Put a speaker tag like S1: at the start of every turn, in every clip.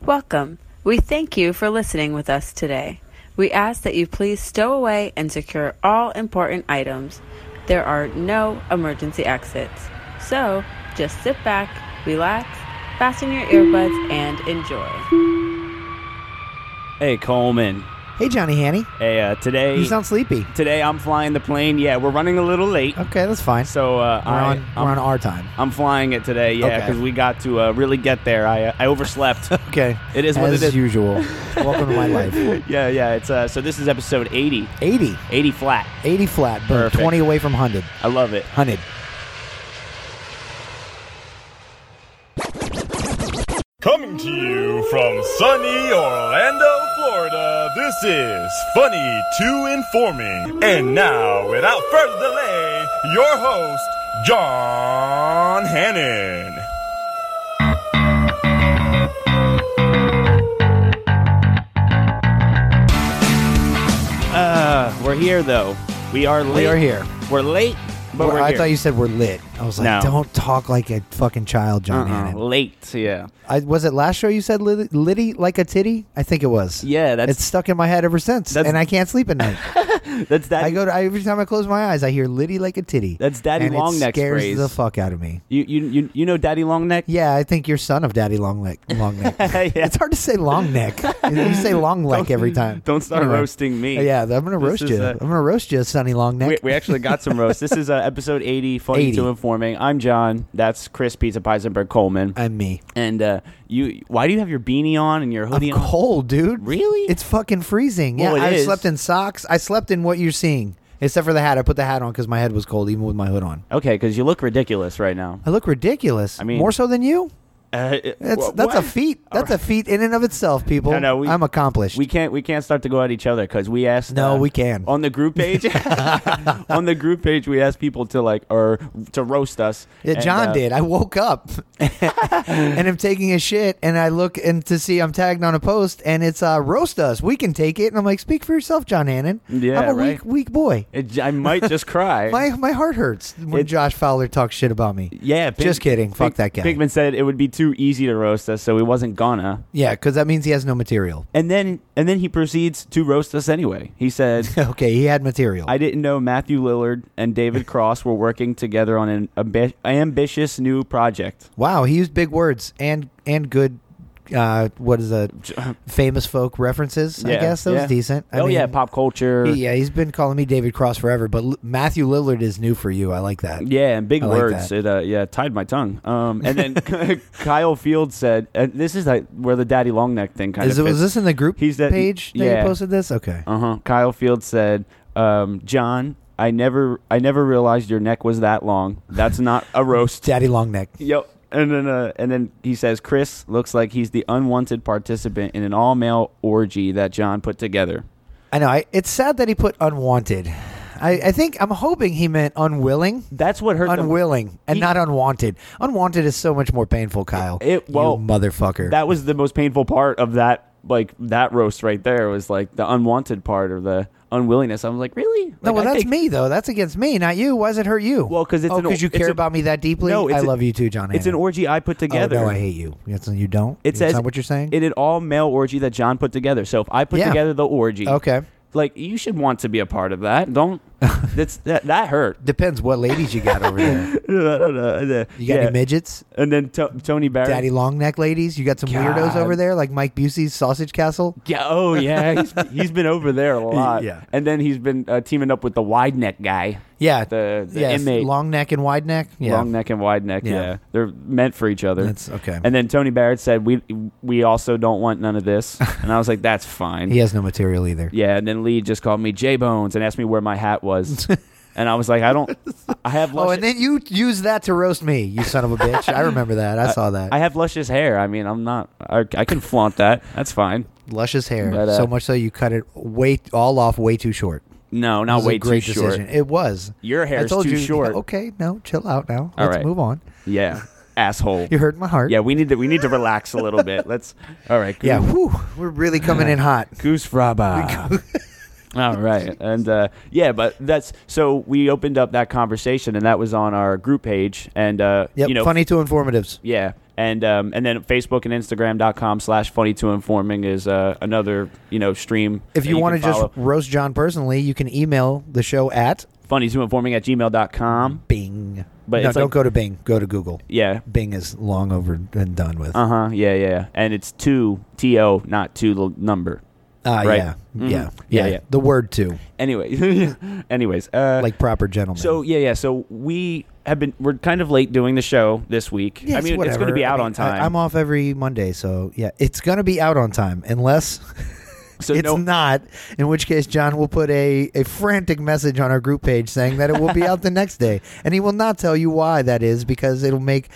S1: Welcome. We thank you for listening with us today. We ask that you please stow away and secure all important items. There are no emergency exits. So just sit back, relax, fasten your earbuds, and enjoy.
S2: Hey Coleman.
S3: Hey, Johnny Hanny.
S2: Hey, uh, today
S3: You sound sleepy.
S2: today I'm flying the plane. Yeah, we're running a little late,
S3: Okay, that's fine.
S2: so uh,
S3: we're,
S2: I,
S3: on,
S2: I'm,
S3: we're on our time.
S2: I'm flying it today. Yeah,
S3: Okay.
S2: because we got to uh, really get there. I uh, I overslept.
S3: Okay.
S2: It is what
S3: As
S2: it is.
S3: usual. Welcome to my life.
S2: yeah, yeah. It's uh, so this is episode 80,
S3: 80.
S2: 80 flat.
S3: 80 flat, but
S2: Perfect.
S3: 20 away from 100.
S2: I love it.
S3: 100.
S4: Coming to you from sunny Orlando, Florida, this is Funny to Informing. And now, without further delay, your host, John Hannon.
S2: Uh, we're here though. We are late.
S3: Uh-huh. We are here.
S2: We're late, but
S3: Well,
S2: we're
S3: I
S2: here.
S3: thought you said we're lit. I was like,
S2: No.
S3: don't talk like a fucking child, John
S2: uh-uh,
S3: Hannon.
S2: late. Yeah.
S3: I, was it last show you said lit, litty like a titty? I think it was.
S2: Yeah, that's-
S3: It's stuck in my head ever since,
S2: That's-
S3: and I can't sleep at night.
S2: That's that.
S3: I go to I, every time I close my eyes, I hear litty like a titty.
S2: That's Daddy
S3: and
S2: Long
S3: it
S2: Neck's
S3: scares
S2: phrase.
S3: the fuck out of me.
S2: you, you you you know Daddy Long Neck?
S3: Yeah, I think you're son of Daddy Long Neck. Long Neck.
S2: Yeah.
S3: It's hard to say long neck. you say long neck every time.
S2: Don't start
S3: Anyway. Uh,
S2: roasting me.
S3: Yeah, I'm gonna
S2: This
S3: roast
S2: is
S3: you. i
S2: a-
S3: am I'm gonna roast you, Sonny Long
S2: we,
S3: Neck.
S2: we actually got some roast. This is uh, episode 80, Funny
S3: 80.
S2: to Informing. I'm John. That's Chris Pizza Peisenberg Coleman.
S3: I'm me.
S2: And uh, you, why do you have your beanie on and your
S3: I'm
S2: hoodie on?
S3: cold, dude.
S2: Really?
S3: It's fucking freezing.
S2: Well,
S3: yeah,
S2: it
S3: I
S2: is.
S3: slept in socks. I slept in what you're seeing, except for the hat. I put the hat on because my head was cold, even with my hood on.
S2: Okay, because you look ridiculous right now.
S3: I look ridiculous. I
S2: mean-
S3: more so than you.
S2: Uh,
S3: That's that's a feat. That's a feat in and of itself, people.
S2: No, no, we-
S3: I'm accomplished.
S2: We can't we can't start to go at each other because we asked.
S3: No,
S2: uh,
S3: we can.
S2: on the group page. on the group page, we asked people to like or to roast us.
S3: Yeah,
S2: And,
S3: John
S2: uh,
S3: did. I woke up and I'm taking a shit, and I look and to see I'm tagged on a post, and it's uh, roast us. We can take it, and I'm like, speak for yourself, John Hannon.
S2: Yeah,
S3: I'm a
S2: right.
S3: weak, weak boy.
S2: It, I might just cry.
S3: My my heart hurts when
S2: It-
S3: Josh Fowler talks shit about me.
S2: yeah, Pig-
S3: just kidding. Fuck
S2: Pig-
S3: that guy.
S2: Pigman said it would be too easy to roast us, so he wasn't gonna.
S3: Yeah, because that means he has no material.
S2: And then and then he proceeds to roast us anyway. He said,
S3: okay, he had material.
S2: "I didn't know Matthew Lillard and David Cross were working together on an ambi- ambitious new project."
S3: wow, he used big words and and good. Uh, what is a famous folk references? I
S2: Yeah,
S3: guess that
S2: yeah.
S3: was decent. I
S2: oh yeah,
S3: mean,
S2: pop culture.
S3: he- yeah, he's been calling me David Cross forever, but L- Matthew Lillard is new for you. I like that.
S2: Yeah, and big
S3: I like
S2: words.
S3: that.
S2: it uh, yeah tied my tongue. Um, and then Kyle Field said, and "This is like where the daddy long neck thing kind
S3: Is it,
S2: of."
S3: was this in the group
S2: He's that-
S3: page that
S2: yeah.
S3: you posted this? Okay.
S2: Uh huh. Kyle Field said, um, "John, I never, I never realized your neck was that long. That's not a roast."
S3: Daddy long neck.
S2: Yep. And then, uh, and then he says, Chris looks like he's the unwanted participant in an all male orgy that John put together.
S3: I know. I, it's sad that he put unwanted. I, I think I'm hoping he meant unwilling,
S2: That's what hurt the-
S3: unwilling, and
S2: He-
S3: not unwanted. Unwanted is so much more painful, Kyle.
S2: It- well,
S3: you motherfucker.
S2: that was the most painful part of that, like that roast right there was like the unwanted part or the unwillingness. I was like, really?
S3: no,
S2: Like,
S3: well,
S2: I
S3: that's
S2: think-
S3: me though. That's against me, not you. Why does it hurt you?
S2: Well, 'cause it's
S3: Oh,
S2: an-
S3: you
S2: it's
S3: care
S2: a-
S3: about me that deeply.
S2: No, it's
S3: I
S2: a-
S3: love you too, John.
S2: It's an
S3: Hannon.
S2: orgy I put together.
S3: Oh, no, I hate you. That's you don't.
S2: It
S3: That's
S2: says
S3: not what you're saying.
S2: It an all male orgy that John put together. So if I put
S3: Yeah.
S2: together the orgy,
S3: okay.
S2: like you should want to be a part of that. Don't. that's that, that hurt.
S3: Depends what ladies you got over there.
S2: You got
S3: You got any midgets?
S2: And then to- Tony Barrett.
S3: Daddy long neck ladies. You got some
S2: God.
S3: weirdos over there, like Mike Busey's Sausage Castle.
S2: Yeah. Oh, yeah. He's, he's been over there a lot.
S3: Yeah.
S2: And then he's been uh, teaming up with the wide neck guy.
S3: Yeah,
S2: The- the
S3: yes,
S2: inmate.
S3: long neck and wide neck. Yeah,
S2: Long neck and wide neck. Yeah.
S3: Yeah.
S2: They're meant for each other.
S3: That's okay.
S2: And then Tony Barrett said, "We we also don't want none of this." And I was like, "That's fine."
S3: he has no material either.
S2: Yeah. And then Lee just called me J Bones and asked me where my hat was, and I was like, "I don't. I have
S3: Oh,
S2: luscious,
S3: and then you use that to roast me, you son of a bitch. I remember that. I saw that.
S2: I have luscious hair. I mean, I'm not. I, I can flaunt that. That's fine.
S3: Luscious hair,
S2: But, uh,
S3: so much so you cut it way all off, way too short.
S2: No, not
S3: It was
S2: way
S3: a great
S2: too
S3: decision.
S2: short.
S3: It was.
S2: Your
S3: I
S2: hair's
S3: told
S2: too
S3: you,
S2: short.
S3: Okay, no, chill out now.
S2: All
S3: Let's
S2: right.
S3: move on.
S2: Yeah. Asshole.
S3: You hurt my heart.
S2: Yeah, we need to we need to relax a little bit. Let's all right. Goose,
S3: yeah. Whew, we're really coming in hot.
S2: goose fraba. all right, and uh, yeah, but that's so we opened up that conversation, and that was on our group page, and uh,
S3: Yep.
S2: you know,
S3: funny to informatives.
S2: yeah, And um, and then Facebook and Instagram.com slash funny to informing is uh, another you know stream.
S3: If
S2: that
S3: you, want to
S2: can
S3: just
S2: follow.
S3: roast John personally, you can email the show at
S2: funny to informing at gmail.com.
S3: Bing.
S2: Hmm? But
S3: no,
S2: it's
S3: don't
S2: like-
S3: go to Bing. Go to Google.
S2: Yeah.
S3: Bing is long over and done with.
S2: Uh huh. Yeah, yeah. And it's two T O, not two the number.
S3: Ah,
S2: right.
S3: yeah,
S2: Mhm.
S3: yeah,
S2: Yeah,
S3: yeah,
S2: yeah.
S3: The word too,
S2: Anyway. Anyways. Uh,
S3: like proper gentleman.
S2: So yeah, yeah. So we have been we're kind of late doing the show this week.
S3: Yeah,
S2: I mean, it's going to
S3: whatever.
S2: be out
S3: I mean,
S2: on time.
S3: I, am off every Monday, so yeah, it's going to be out on time unless
S2: so
S3: it's
S2: no,
S3: not. In which case, John will put a a frantic message on our group page saying that it will be out the next day, and he will not tell you why that is because it'll make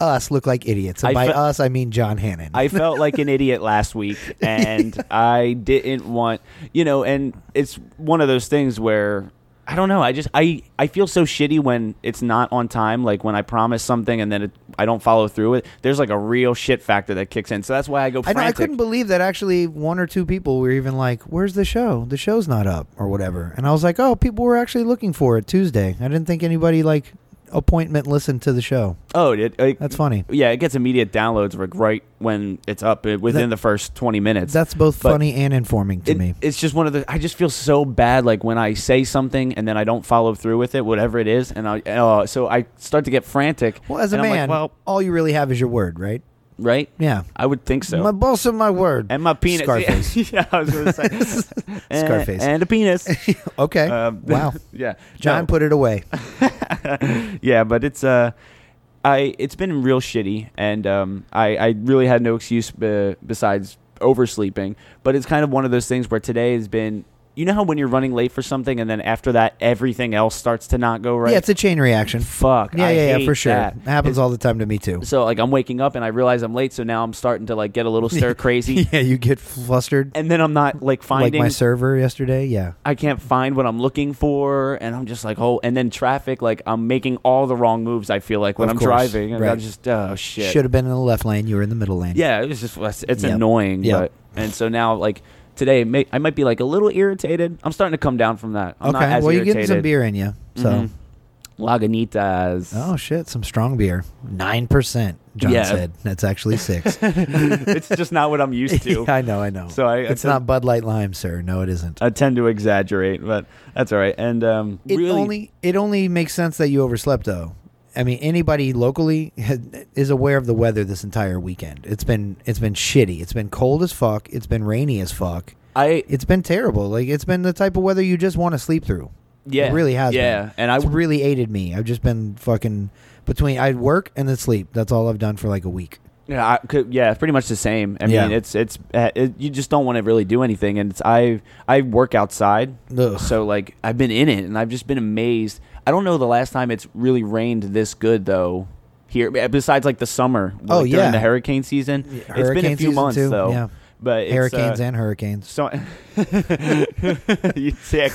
S3: us look like idiots. And
S2: I
S3: by
S2: fe-
S3: us, I mean John Hannon.
S2: I felt like an idiot last week, and I didn't want you know. And it's one of those things where I don't know. I just I I feel so shitty when it's not on time. Like when I promise something and then it, I don't follow through with. it. There's like a real shit factor that kicks in. So that's why I go.
S3: I
S2: Frantic.
S3: know I couldn't believe that actually one or two people were even like, "Where's the show? The show's not up or whatever." And I was like, "Oh, people were actually looking for it Tuesday. I didn't think anybody like appointment listened to the show.
S2: oh, it, it-
S3: That's funny.
S2: Yeah, it gets immediate downloads like right when it's up uh, within the
S3: That-
S2: first twenty minutes.
S3: That's both
S2: But-
S3: funny and informing to
S2: It-
S3: me."
S2: It's just one of the. I just feel so bad, like when I say something and then I don't follow through with it, whatever it is, and I uh, so I start to get frantic.
S3: Well, as a
S2: and I'm like,
S3: man,
S2: well,
S3: all you really have is your word, right?
S2: right?
S3: Yeah.
S2: I would think so.
S3: My balls and my word.
S2: and my penis.
S3: Scarface.
S2: yeah, I was gonna say And-
S3: Scarface.
S2: and a penis.
S3: okay.
S2: Um,
S3: wow.
S2: yeah,
S3: John
S2: No.
S3: put it away.
S2: yeah, but it's uh, I it's been real shitty, and um, I I really had no excuse be- besides oversleeping. But it's kind of one of those things where today has been. You know how when you're running late for something, and then after that, everything else starts to not go right.
S3: Yeah, it's a chain reaction.
S2: Fuck.
S3: Yeah,
S2: I
S3: yeah, yeah,
S2: hate
S3: for sure.
S2: that.
S3: It happens all the time to me too.
S2: So like I'm waking up and I realize I'm late, so now I'm starting to like get a little stir crazy,
S3: yeah, you get flustered.
S2: and then I'm not like
S3: Like
S2: finding.
S3: my server yesterday, yeah.
S2: I can't find what I'm looking for, and I'm just like, oh, and then traffic, like I'm making all the wrong moves. I feel like when
S3: Of
S2: I'm
S3: course,
S2: driving, and
S3: right.
S2: I'm just oh shit.
S3: Should have been in the left lane. You were in the middle lane.
S2: yeah, it was just it's, it's
S3: Yep.
S2: annoying.
S3: Yep.
S2: But and so now like today, may, I might be like a little irritated. I'm starting to come down from that. I'm not
S3: okay.
S2: as
S3: Well, you're
S2: irritated.
S3: getting some beer in you. So.
S2: Mhm. Lagunitas.
S3: Oh shit! Some strong beer. Nine percent. John
S2: Yeah.
S3: said that's actually six.
S2: it's just not what I'm used to.
S3: I know. I know.
S2: So I- I
S3: it's
S2: said- Uh,
S3: not Bud Light Lime, sir. No, it isn't.
S2: I tend to exaggerate, but that's all right. And um,
S3: It
S2: really,
S3: only it only makes sense that you overslept, though. I mean, anybody locally had, is aware of the weather this entire weekend. It's been it's been shitty. It's been cold as fuck. It's been rainy as fuck.
S2: I
S3: It's been terrible. Like it's been the type of weather you just want to sleep through.
S2: yeah,
S3: It really has.
S2: Yeah,
S3: been.
S2: and I
S3: it's really aided me. I've just been fucking between I work and then sleep. That's all I've done for like a week.
S2: yeah, I could, yeah, it's pretty much the same. I mean,
S3: Yeah.
S2: it's it's uh, it, you just don't want to really do anything, and it's I I work outside,
S3: Ugh.
S2: so like I've been in it, and I've just been amazed. I don't know the last time it's really rained this good though. Here, eh, besides like the summer,
S3: Oh,
S2: like,
S3: yeah.
S2: during the hurricane season, it's been a
S3: hurricane
S2: few
S3: season,
S2: months
S3: too,
S2: though.
S3: yeah.
S2: But it's,
S3: Hurricanes
S2: uh,
S3: and hurricanes.
S2: So you sick.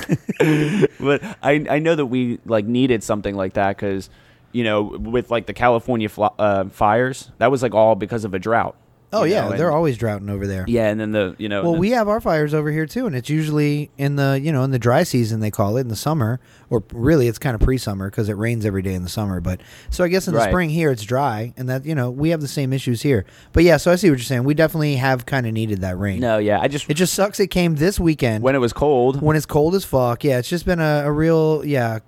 S2: but I I know that we like needed something like that because you know with like the California fl- uh, fires that was like all because of a drought.
S3: Oh
S2: you
S3: yeah,
S2: know,
S3: they're
S2: and-
S3: always droughting over there.
S2: yeah, and then the you know
S3: Well,
S2: the-
S3: we have our fires over here too, and it's usually in the you know in the dry season they call it in the summer, or really it's kind of pre-summer because it rains every day in the summer. But so I guess in
S2: Right.
S3: the spring here it's dry, and that you know we have the same issues here. But yeah, so I see what you're saying. We definitely have kind of needed that rain.
S2: no yeah I just
S3: It just sucks it came this weekend
S2: when it was cold
S3: when it's cold as fuck. Yeah, it's just been a, a real yeah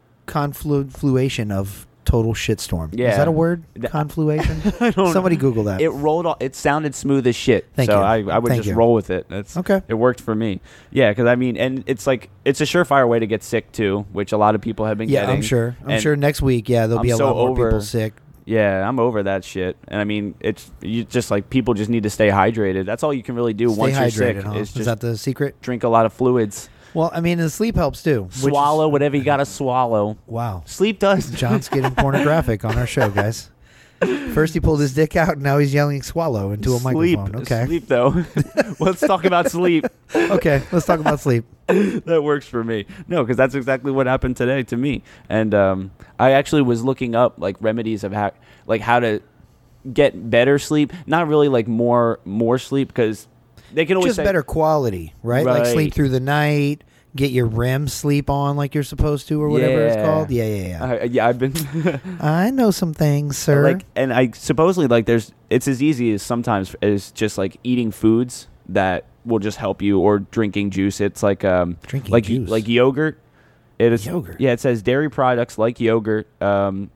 S3: confluation of total shitstorm.
S2: Yeah.
S3: is that a word?
S2: The-
S3: Confluation. Somebody Google that.
S2: it rolled off, it sounded smooth as shit
S3: Thank
S2: so
S3: you.
S2: I, I would
S3: Thank
S2: just
S3: you.
S2: roll with it that's
S3: Okay.
S2: it worked for me yeah because i mean and it's like it's a surefire way to get sick too which a lot of people have been
S3: yeah,
S2: getting
S3: I'm sure. I'm
S2: And-
S3: sure next week. Yeah, there'll be
S2: I'm
S3: a
S2: so
S3: lot more
S2: over-
S3: people sick.
S2: Yeah, I'm over that shit. And I mean, it's you just like people just need to stay hydrated. That's all you can really do
S3: Stay
S2: once you're
S3: hydrated,
S2: sick
S3: huh?
S2: is
S3: Is
S2: just
S3: that the secret?
S2: drink a lot of fluids,
S3: Well, I mean, the sleep helps too. which is-
S2: swallow whatever you gotta swallow.
S3: wow.
S2: Sleep does.
S3: John's getting pornographic on our show, guys. First he pulled his dick out, and now he's yelling "swallow" into a
S2: sleep.
S3: microphone. Okay,
S2: Sleep though. Let's talk about sleep.
S3: okay. Let's talk about sleep.
S2: that works for me. No, because that's exactly what happened today to me. And um, I actually was looking up like remedies of how, like how to get better sleep. Not really like more more sleep because they can always
S3: Just
S2: say,
S3: better quality, right? Like
S2: Right.
S3: sleep through the night, get your REM sleep on like you're supposed to or whatever it's
S2: Yeah.
S3: called. Yeah, yeah, yeah.
S2: I- yeah, I've been
S3: I know some things, sir.
S2: like, and I supposedly like there's it's as easy as sometimes as just like eating foods that will just help you or drinking juice. It's like um
S3: Drinking
S2: like
S3: juice.
S2: like yogurt. It is
S3: Yogurt.
S2: Yeah, it says dairy products like yogurt um,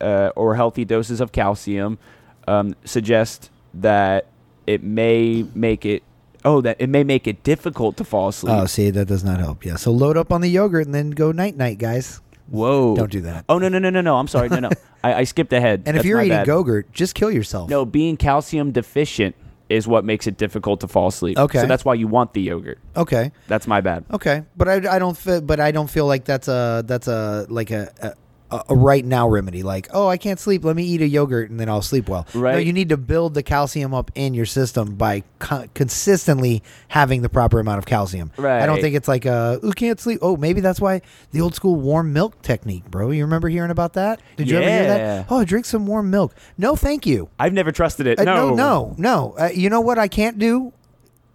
S2: uh, or healthy doses of calcium um, suggest that it may make it oh that it may make it difficult to fall asleep.
S3: oh, see, that does not help. Yeah. So load up on the yogurt and then go night night, guys.
S2: Whoa!
S3: Don't do that.
S2: Oh no no no no no! I'm sorry. No no, I, I skipped ahead.
S3: And if
S2: That's
S3: you're
S2: my
S3: eating
S2: bad.
S3: yogurt, just kill yourself.
S2: No, being calcium deficient is what makes it difficult to fall asleep.
S3: Okay.
S2: So that's why you want the yogurt.
S3: Okay.
S2: That's my bad.
S3: Okay, but I, I don't feel, but I don't feel like that's a that's a like a, a a right now remedy. Like, oh, I can't sleep. Let me eat a yogurt and then I'll sleep well. No,
S2: Right.
S3: you need to build the calcium up in your system by co- consistently having the proper amount of calcium. I don't
S2: Right.
S3: think it's like a who can't sleep. Oh, maybe that's why the old school warm milk technique, bro. You remember hearing about that? Did you ever hear
S2: Yeah.
S3: that? Oh, drink some warm milk. No, thank you.
S2: I've never trusted it.
S3: Uh,
S2: no.
S3: no, no, no. Uh, you know what I can't do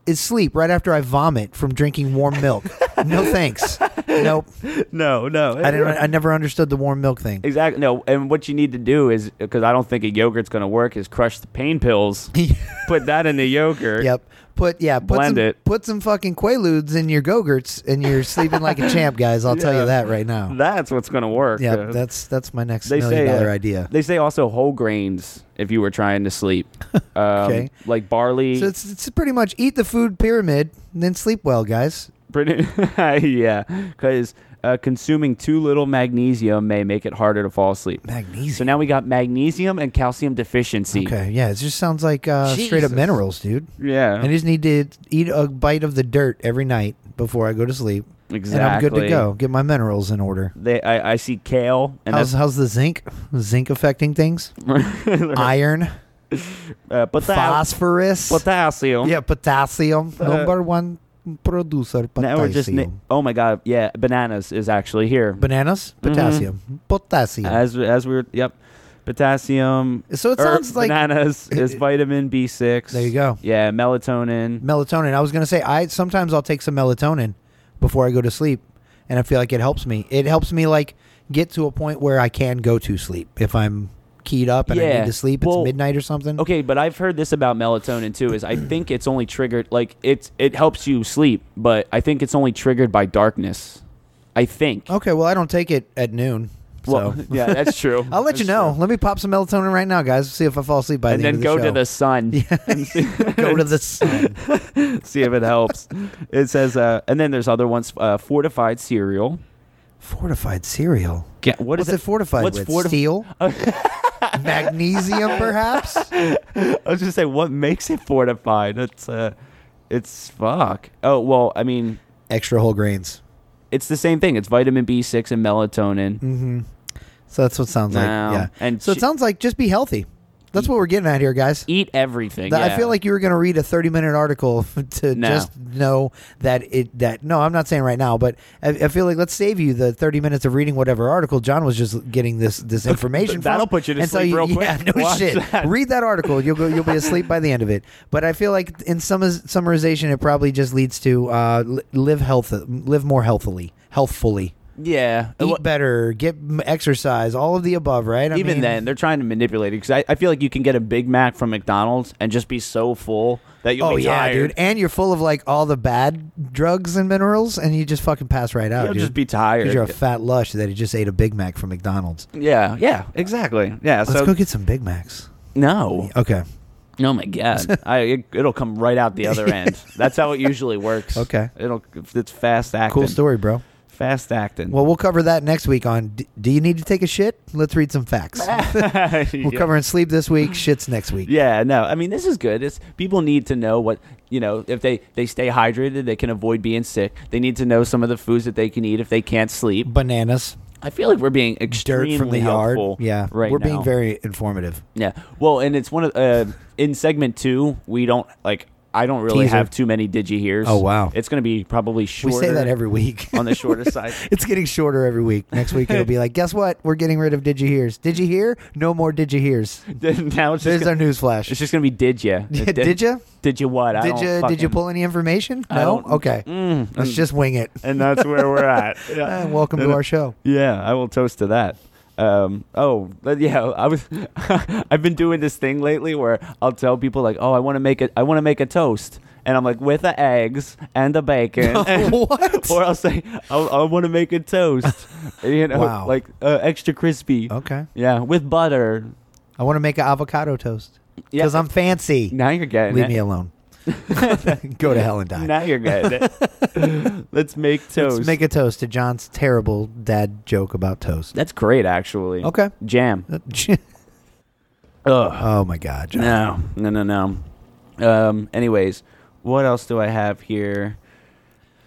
S3: is sleep right after I vomit from drinking warm milk. no thanks. Nope.
S2: No, no.
S3: I didn't. I never understood the warm milk thing.
S2: Exactly. No, and what you need to do is because I don't think a yogurt's going to work is crush the pain pills, put that in the yogurt.
S3: Yep. Put yeah. Put
S2: Blend
S3: some,
S2: it.
S3: Put some fucking quaaludes in your gogurts, and you're sleeping like a champ, guys. I'll tell you
S2: Yeah.
S3: that right now.
S2: That's what's going to work.
S3: yeah,
S2: Uh,
S3: that's that's my next
S2: they
S3: million
S2: say
S3: dollar
S2: uh,
S3: idea.
S2: They say also whole grains if you were trying to sleep. Um,
S3: Okay.
S2: Like barley.
S3: So it's it's pretty much eat the food pyramid, and then sleep well, guys.
S2: Pretty, yeah, because uh, consuming too little magnesium may make it harder to fall asleep.
S3: Magnesium.
S2: So now we got magnesium and calcium deficiency.
S3: okay. Yeah, it just sounds like uh, straight up
S2: Jesus.
S3: minerals, dude.
S2: Yeah.
S3: I just need to eat a bite of the dirt every night before I go to sleep. And I'm good to
S2: Exactly.
S3: go. Get my minerals in order.
S2: they, I, I see kale and
S3: how's,
S2: that's,
S3: how's the zinc? Zinc affecting things? Iron,
S2: uh, pota-
S3: phosphorus.
S2: potassium.
S3: yeah, potassium.
S2: Uh,
S3: number one producer. Potassium.
S2: Now we're just na- oh my god yeah bananas is actually here Mm-hmm.
S3: Bananas? Potassium. Potassium.
S2: as as we were yep potassium
S3: so it
S2: er,
S3: sounds like
S2: bananas is vitamin B six
S3: There you go.
S2: yeah melatonin
S3: melatonin. I was gonna say I sometimes I'll take some melatonin before I go to sleep, and I feel like it helps me. It helps me like get to a point where I can go to sleep if I'm keyed up and I
S2: Yeah.
S3: need to sleep. It's
S2: Well,
S3: midnight or something.
S2: okay but I've heard this about melatonin too is I think it's only triggered like it's it helps you sleep but I think it's only triggered by darkness I think
S3: Okay. Well, I don't take it at noon.
S2: well
S3: so.
S2: yeah that's true
S3: I'll let
S2: That's
S3: you know.
S2: true.
S3: Let me pop some melatonin right now, guys. See if I fall asleep by
S2: and
S3: the end
S2: then go
S3: of
S2: to
S3: the
S2: the
S3: show.
S2: sun and see,
S3: go to the sun.
S2: see if it helps. It says, uh, and then there's other ones, uh, fortified cereal.
S3: Fortified cereal.
S2: Ga- what is
S3: What's it fortified
S2: What's
S3: with?
S2: forti-
S3: Steel, magnesium, perhaps.
S2: I was just say, what makes it fortified? It's, uh, it's fuck. Oh well, I mean,
S3: Extra whole grains.
S2: it's the same thing. It's vitamin B6 and melatonin.
S3: Mm-hmm. So that's what it sounds like.
S2: No.
S3: Yeah.
S2: And
S3: so it
S2: she-
S3: sounds like just be healthy. That's what we're getting at here, guys.
S2: Eat everything.
S3: That- I
S2: yeah.
S3: feel like you were going to read a 30 minute article to
S2: No.
S3: just know that it that no, I'm not saying right now, but I, I feel like let's save you the 30 minutes of reading whatever article John was just getting this this information.
S2: That'll
S3: from.
S2: put you to
S3: And so
S2: sleep real
S3: yeah,
S2: quick.
S3: no
S2: Watch
S3: shit.
S2: that.
S3: Read that article. You'll go. You'll be asleep by the end of it. But I feel like in some summarization, it probably just leads to uh, li- live health, live more healthily, healthfully.
S2: yeah.
S3: Eat
S2: Well,
S3: better, get m- exercise, all of the above, right? I
S2: even
S3: mean-
S2: then, they're trying to manipulate it because I, I feel like you can get a Big Mac from McDonald's and just be so full that you'll
S3: Oh
S2: be
S3: yeah,
S2: tired.
S3: dude, and you're full of like all the bad drugs and minerals, and you just fucking pass right out.
S2: You'll
S3: dude.
S2: just be tired.
S3: 'Cause You're a fat lush that he just ate a Big Mac from McDonald's.
S2: Yeah, yeah, exactly. Yeah,
S3: Let's
S2: so
S3: go get some Big Macs.
S2: no,
S3: Okay,
S2: Oh my god! I it, it'll come right out the other end. That's how it usually works.
S3: Okay.
S2: It'll it's fast acting.
S3: cool story, bro.
S2: Fast acting.
S3: Well, we'll cover that next week on. D- Do you need to take a shit? Let's read some facts.
S2: yeah.
S3: We're covering sleep this week. Shits next week.
S2: Yeah, no. I mean, this is good. It's people need to know what you know. If they they stay hydrated, they can avoid being sick. They need to know some of the foods that they can eat if they can't sleep.
S3: Bananas,
S2: I feel like we're being
S3: dirt
S2: extremely
S3: from the yard.
S2: helpful
S3: Yeah,
S2: right.
S3: We're being
S2: now.
S3: very informative.
S2: Yeah. Well, and it's one of uh, in segment two we don't like I don't really
S3: Teaser.
S2: have too many digi hears.
S3: Oh, wow.
S2: It's going to be probably
S3: We
S2: shorter.
S3: say that every week.
S2: on the shorter side.
S3: it's getting shorter every week. Next week it'll be like, guess what? We're getting rid of digihears. Did you hear? No more digihears.
S2: Then now it's just
S3: There's
S2: gonna,
S3: our newsflash.
S2: it's just going to be did ya?
S3: Yeah, did ya?
S2: Did you what? I
S3: Did
S2: don't
S3: you
S2: fucking,
S3: did you pull any information?
S2: I
S3: No.
S2: don't-
S3: Okay.
S2: Mm,
S3: Let's
S2: and-
S3: just wing it.
S2: and that's where we're at. Yeah.
S3: And Ah, welcome to our show.
S2: Yeah, I will toast to that. Um, oh, but yeah, I was. I've been doing this thing lately where I'll tell people like, "Oh, I want to make a, I want to make a toast," and I'm like, "With the eggs and the bacon."
S3: what?
S2: Or I'll say, I, I want to make a toast, you know,
S3: Wow.
S2: like uh, extra crispy.
S3: Okay.
S2: Yeah, with butter.
S3: I want to make an avocado toast
S2: Yeah.
S3: because I'm fancy.
S2: Now you're getting
S3: Leave
S2: it.
S3: me alone. Go to hell and die.
S2: Now you're getting it. Let's make toast.
S3: Let's make a toast to John's terrible dad joke about toast.
S2: That's great, actually.
S3: Okay.
S2: Jam. Ugh.
S3: oh my God, John.
S2: No, no, no, no. Um. Anyways, what else do I have here?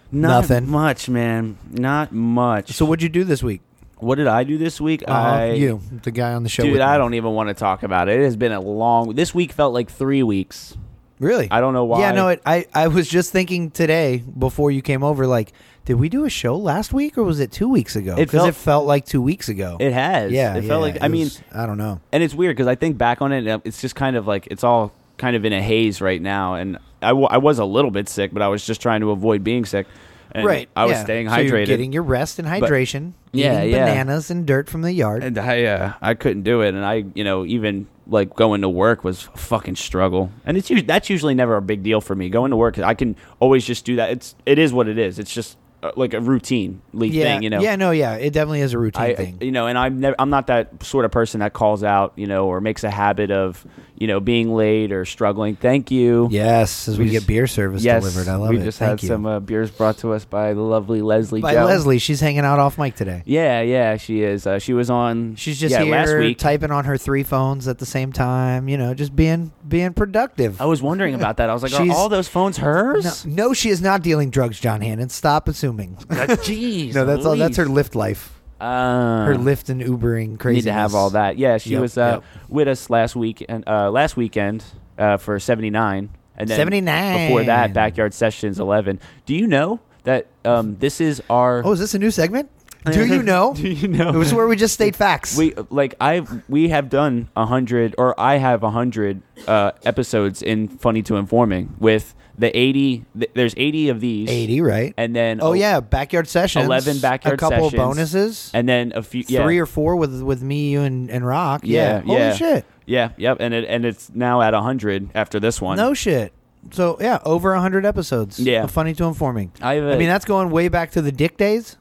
S2: Not
S3: Nothing.
S2: Much, man. Not much.
S3: So what'd you do this week?
S2: what did I do this week?
S3: Uh,
S2: I
S3: you, the guy on the show.
S2: dude.
S3: with
S2: I
S3: me.
S2: don't even want to talk about it. It has been a long. This week felt like three weeks.
S3: really.
S2: I don't know why.
S3: Yeah, no. It, I I was just thinking today before you came over. Like, did we do a show last week or was it two weeks ago?
S2: It
S3: Because
S2: felt-
S3: it felt like two weeks ago.
S2: It has.
S3: yeah,
S2: It felt
S3: yeah,
S2: like. I mean,
S3: was- I don't know.
S2: and it's weird because I think back on it, and it's just kind of like it's all kind of in a haze right now. And I, w- I was a little bit sick, but I was just trying to avoid being sick. And I was
S3: yeah.
S2: staying
S3: So
S2: hydrated.
S3: you're getting your rest and hydration.
S2: Yeah,
S3: eating
S2: yeah.
S3: Bananas and dirt from the yard.
S2: and I uh, I couldn't do it, and I you know even like going to work was a fucking struggle, and it's us- that's usually never a big deal for me. Going to work, I can always just do that. It's it is what it is. It's just uh, like a routine
S3: yeah,
S2: thing, you know.
S3: Yeah, no, yeah. It definitely is a routine
S2: I,
S3: thing.
S2: you know, and I'm never, I'm not that sort of person that calls out, you know, or makes a habit of, you know, being late or struggling. Thank you.
S3: yes, as we,
S2: we
S3: get
S2: just-
S3: beer service
S2: yes,
S3: delivered. I love
S2: we
S3: it.
S2: just
S3: Thank
S2: had
S3: you.
S2: some uh, beers brought to us by the lovely Leslie.
S3: By
S2: Jo.
S3: Leslie, she's hanging out off mic today.
S2: Yeah, yeah, she is. Uh, she was on.
S3: She's just
S2: yeah,
S3: here
S2: last week.
S3: typing on her three phones at the same time. You know, just being being productive.
S2: I was wondering about that. I was like, are
S3: She's-
S2: all those phones
S3: no,
S2: hers?
S3: no, she is not dealing drugs, John Hannon. Stop assuming.
S2: That- Jeez.
S3: no, that's all. That's her
S2: Louise.
S3: lift life.
S2: Uh,
S3: Her Lyft and Ubering
S2: Need
S3: crazy.
S2: to have all that. Yeah, she
S3: Yep,
S2: was uh,
S3: yep.
S2: with us last week and uh, last weekend uh, for seventy nine, and then
S3: 79.
S2: before that, backyard sessions eleven. Do you know that um, this is our?
S3: Oh, is this a new segment? Do you know?
S2: Do you know?
S3: It was where we just state facts.
S2: we like I we have done a hundred or I have a hundred uh, episodes in funny to informing with the eighty. Th- there's eighty of these.
S3: 80, right?
S2: And then
S3: oh, yeah, backyard sessions.
S2: 11 backyard
S3: A couple
S2: sessions.
S3: bonuses.
S2: and then a few yeah.
S3: Three or four with with me, you, and, and Rock.
S2: Yeah,
S3: Holy
S2: yeah.
S3: shit.
S2: Yeah, yep, and it and it's now at hundred after this one.
S3: No shit. So, yeah, over 100 episodes.
S2: Yeah.
S3: of Funny to Informing.
S2: I have a-
S3: mean, that's going way back to the Dick days.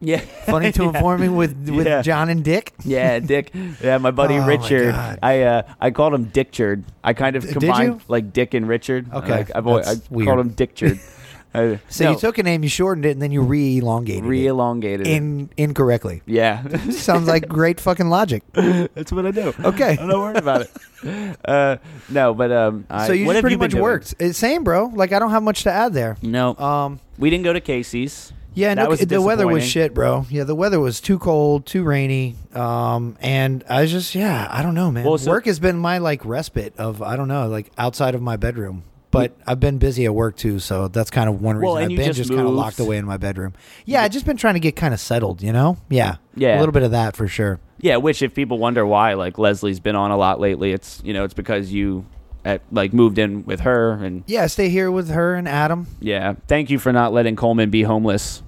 S2: yeah,
S3: Funny to Informing with, with
S2: Yeah.
S3: John and Dick.
S2: yeah, Dick, yeah, my buddy
S3: Oh, my
S2: Richard.
S3: God.
S2: I uh, I called him Dickchard. I kind of
S3: did you?
S2: combined like Dick and Richard.
S3: Okay,
S2: Like, I've always, I
S3: that's weird.
S2: called him Dickchard. I-
S3: So
S2: no,
S3: you took a name, you shortened it, and then you re-elongated it
S2: re-elongated. it.
S3: in, incorrectly.
S2: yeah,
S3: Sounds like great fucking logic.
S2: that's what I do.
S3: Okay.
S2: I'm not worried about it. Uh, no, but um, I,
S3: so you
S2: what
S3: just
S2: have
S3: pretty
S2: been
S3: much
S2: doing? Mm.
S3: worked. It's Same, bro. Like, I don't have much to add there.
S2: No,
S3: Um,
S2: we didn't go to Casey's.
S3: Yeah,
S2: that
S3: no,
S2: was
S3: the weather was
S2: disappointing.
S3: shit, bro. Yeah, the weather was too cold, too rainy, um, and I was just yeah, I don't know, man.
S2: Well, so-
S3: work has been my like respite of I don't know, like outside of my bedroom. But I've been busy at work too, so that's kind of one reason
S2: Well, and
S3: I've
S2: you
S3: been
S2: just
S3: just, kind of
S2: moved.
S3: locked away in my bedroom. Yeah, I've just been trying to get kind of settled, you know. Yeah,
S2: Yeah.
S3: a little bit of that for sure.
S2: Yeah, which if people wonder why, like Leslie's been on a lot lately, it's you know it's because you, uh like moved in with her and
S3: Yeah, I stay here with her and Adam.
S2: yeah. Thank you for not letting Coleman be homeless.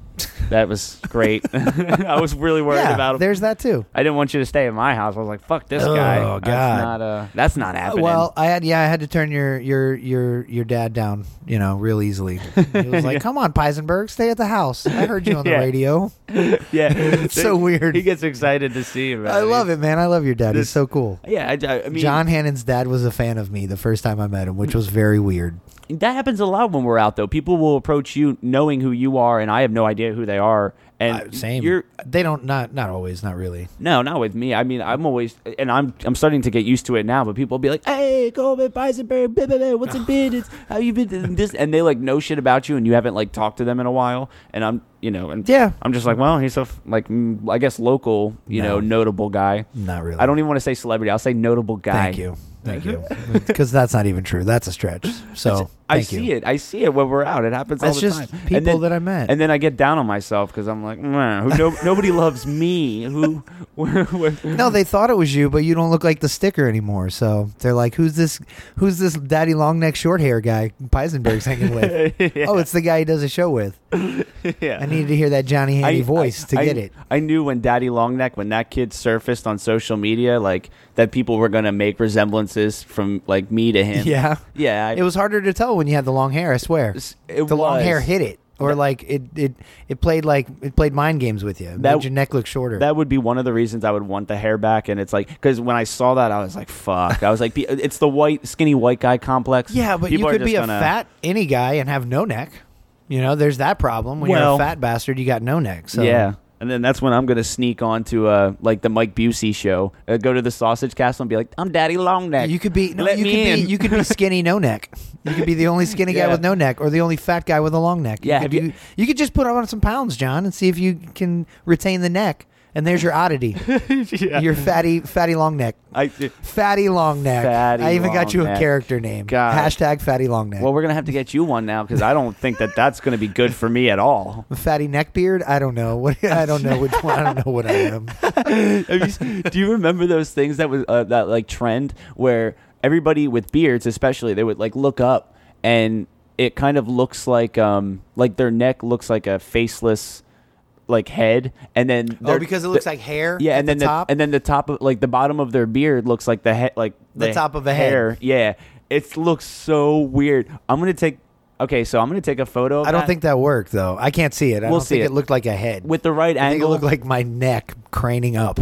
S2: That was great. I was really worried
S3: yeah,
S2: about him.
S3: there's that too.
S2: I didn't want you to stay in my house. I was like, fuck this guy.
S3: Oh, God.
S2: That's not uh, that's not happening.
S3: Well, I had yeah, I had to turn your your your your dad down, you know, real easily. He was like, "Come on, Peisenberg, stay at the house. I heard you on the
S2: Yeah.
S3: radio."
S2: yeah, it's
S3: so weird.
S2: He gets excited to see him.
S3: I love it, man. I love your dad. He's
S2: This-
S3: so cool.
S2: Yeah, I, I- I mean,
S3: John Hannon's dad was a fan of me the first time I met him, which was very weird.
S2: that happens a lot when we're out though. People will approach you knowing who you are, and I have no idea who they are. And
S3: Uh, Same.
S2: You're
S3: they don't not not always, not really.
S2: No, not with me. I mean, I'm always, and I'm I'm starting to get used to it now. But people be like, "Hey, Coleman Beisenberg, blah, blah, blah, what's it been? It's how you been?" And This and they like know shit about you, and you haven't like talked to them in a while. And I'm, you know, and
S3: Yeah.
S2: I'm just like, well, he's a f- like, mm, I guess local, you
S3: No.
S2: know, notable guy.
S3: Not really.
S2: I don't even want to say celebrity. I'll say notable guy.
S3: Thank you. Thank you. Because that's not even true. That's a stretch. So
S2: I
S3: Thank you.
S2: see it. I see it when we're out. It happens all
S3: That's
S2: the
S3: just
S2: time.
S3: people
S2: and then,
S3: that I met.
S2: and then I get down on myself because I'm like, "Meh, who, no, nobody loves me. Who? where- where-
S3: No, they thought it was you, but you don't look like the sticker anymore. So they're like, "Who's this? Who's this daddy long neck short hair guy Peisenberg's hanging with?" Oh, it's the guy he does a show with.
S2: yeah.
S3: I needed to hear that Johnny Handy
S2: I-
S3: voice
S2: I-
S3: to get
S2: I-
S3: it.
S2: I knew when Daddy Longneck, when that kid surfaced on social media, like that people were gonna make resemblances from like me to him.
S3: Yeah,
S2: yeah. I,
S3: it was harder to tell when you had the long hair. I swear,
S2: It was.
S3: the long hair hit it, or like it, it it played like it played mind games with you. It
S2: That-
S3: made your neck look shorter.
S2: That would be one of the reasons I would want the hair back. And it's like because when I saw that, I was like, "Fuck!" I was like, be- "It's the white, skinny white guy complex."
S3: yeah, but
S2: People are
S3: you could
S2: just
S3: be a
S2: gonna-
S3: fat any guy and have no neck. You know, there's that problem. When you're
S2: Well-
S3: a fat bastard, you got no neck. So
S2: Yeah. And then that's when I'm gonna sneak on to uh, like the Mike Busey show, uh, go to the Sausage Castle, and be like, "I'm Daddy Longneck."
S3: You could be no,
S2: Let
S3: you
S2: me
S3: could
S2: in.
S3: be you could be skinny no neck. You could be the only skinny
S2: Yeah.
S3: guy with no neck or the only fat guy with a long neck.
S2: Yeah,
S3: You
S2: have
S3: could,
S2: you-
S3: do- you could just put on some pounds, John, and see if you can retain the neck. And there's your oddity. Your fatty fatty long neck.
S2: I,
S3: Fatty long neck.
S2: Fatty
S3: I even got you a
S2: long neck.
S3: character name.
S2: God.
S3: Hashtag fatty long neck.
S2: Well, we're gonna have to get you one now because I don't think that that's gonna be good for me at all.
S3: fatty neck beard? I don't know. What I don't know which one. I don't know what I am.
S2: Have you s- do you remember those things that was uh, that like trend where everybody with beards, especially, they would like look up and it kind of looks like um like their neck looks like a faceless like head, and then
S3: Oh,
S2: their-
S3: because it
S2: the-
S3: looks like hair.
S2: yeah,
S3: at
S2: and then
S3: the, top.
S2: and then the top of like the bottom of their beard looks like the head, like
S3: The top of a head.
S2: hair. Yeah, it looks so weird. I'm gonna take. Okay, so I'm gonna take a photo. Of
S3: I don't
S2: that.
S3: think that worked though. I can't see it. I
S2: We'll
S3: don't
S2: see
S3: think
S2: it.
S3: it. looked like a head.
S2: with the right
S3: I think it
S2: angle,
S3: looked like my neck craning up.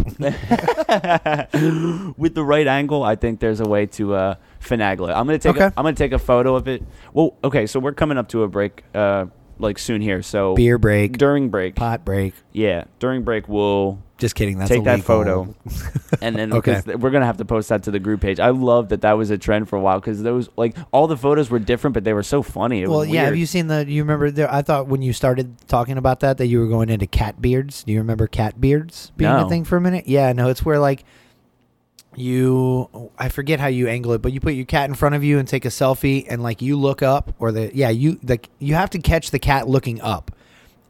S2: with the right angle, I think there's a way to uh, finagle it. I'm gonna take. A,
S3: Okay.
S2: I'm gonna take a photo of it. Well, okay, so we're coming up to a break, uh, like soon here. So
S3: Beer break,
S2: during break.
S3: pot break.
S2: Yeah, during break we'll
S3: Just kidding. That's
S2: take
S3: a
S2: that
S3: legal-
S2: photo, and then
S3: Okay.
S2: okay. we're gonna have to post that to the group page. I love that that was a trend for a while because those like all the photos were different, but they were so funny. It
S3: Well,
S2: was
S3: yeah. Have
S2: weird.
S3: you seen the? You remember? There, I thought when you started talking about that that you were going into cat beards. Do you remember cat beards being
S2: No.
S3: a thing for a minute? Yeah. No, it's where like you. I forget how you angle it, but you put your cat in front of you and take a selfie, and like you look up, or the yeah you like you have to catch the cat looking up,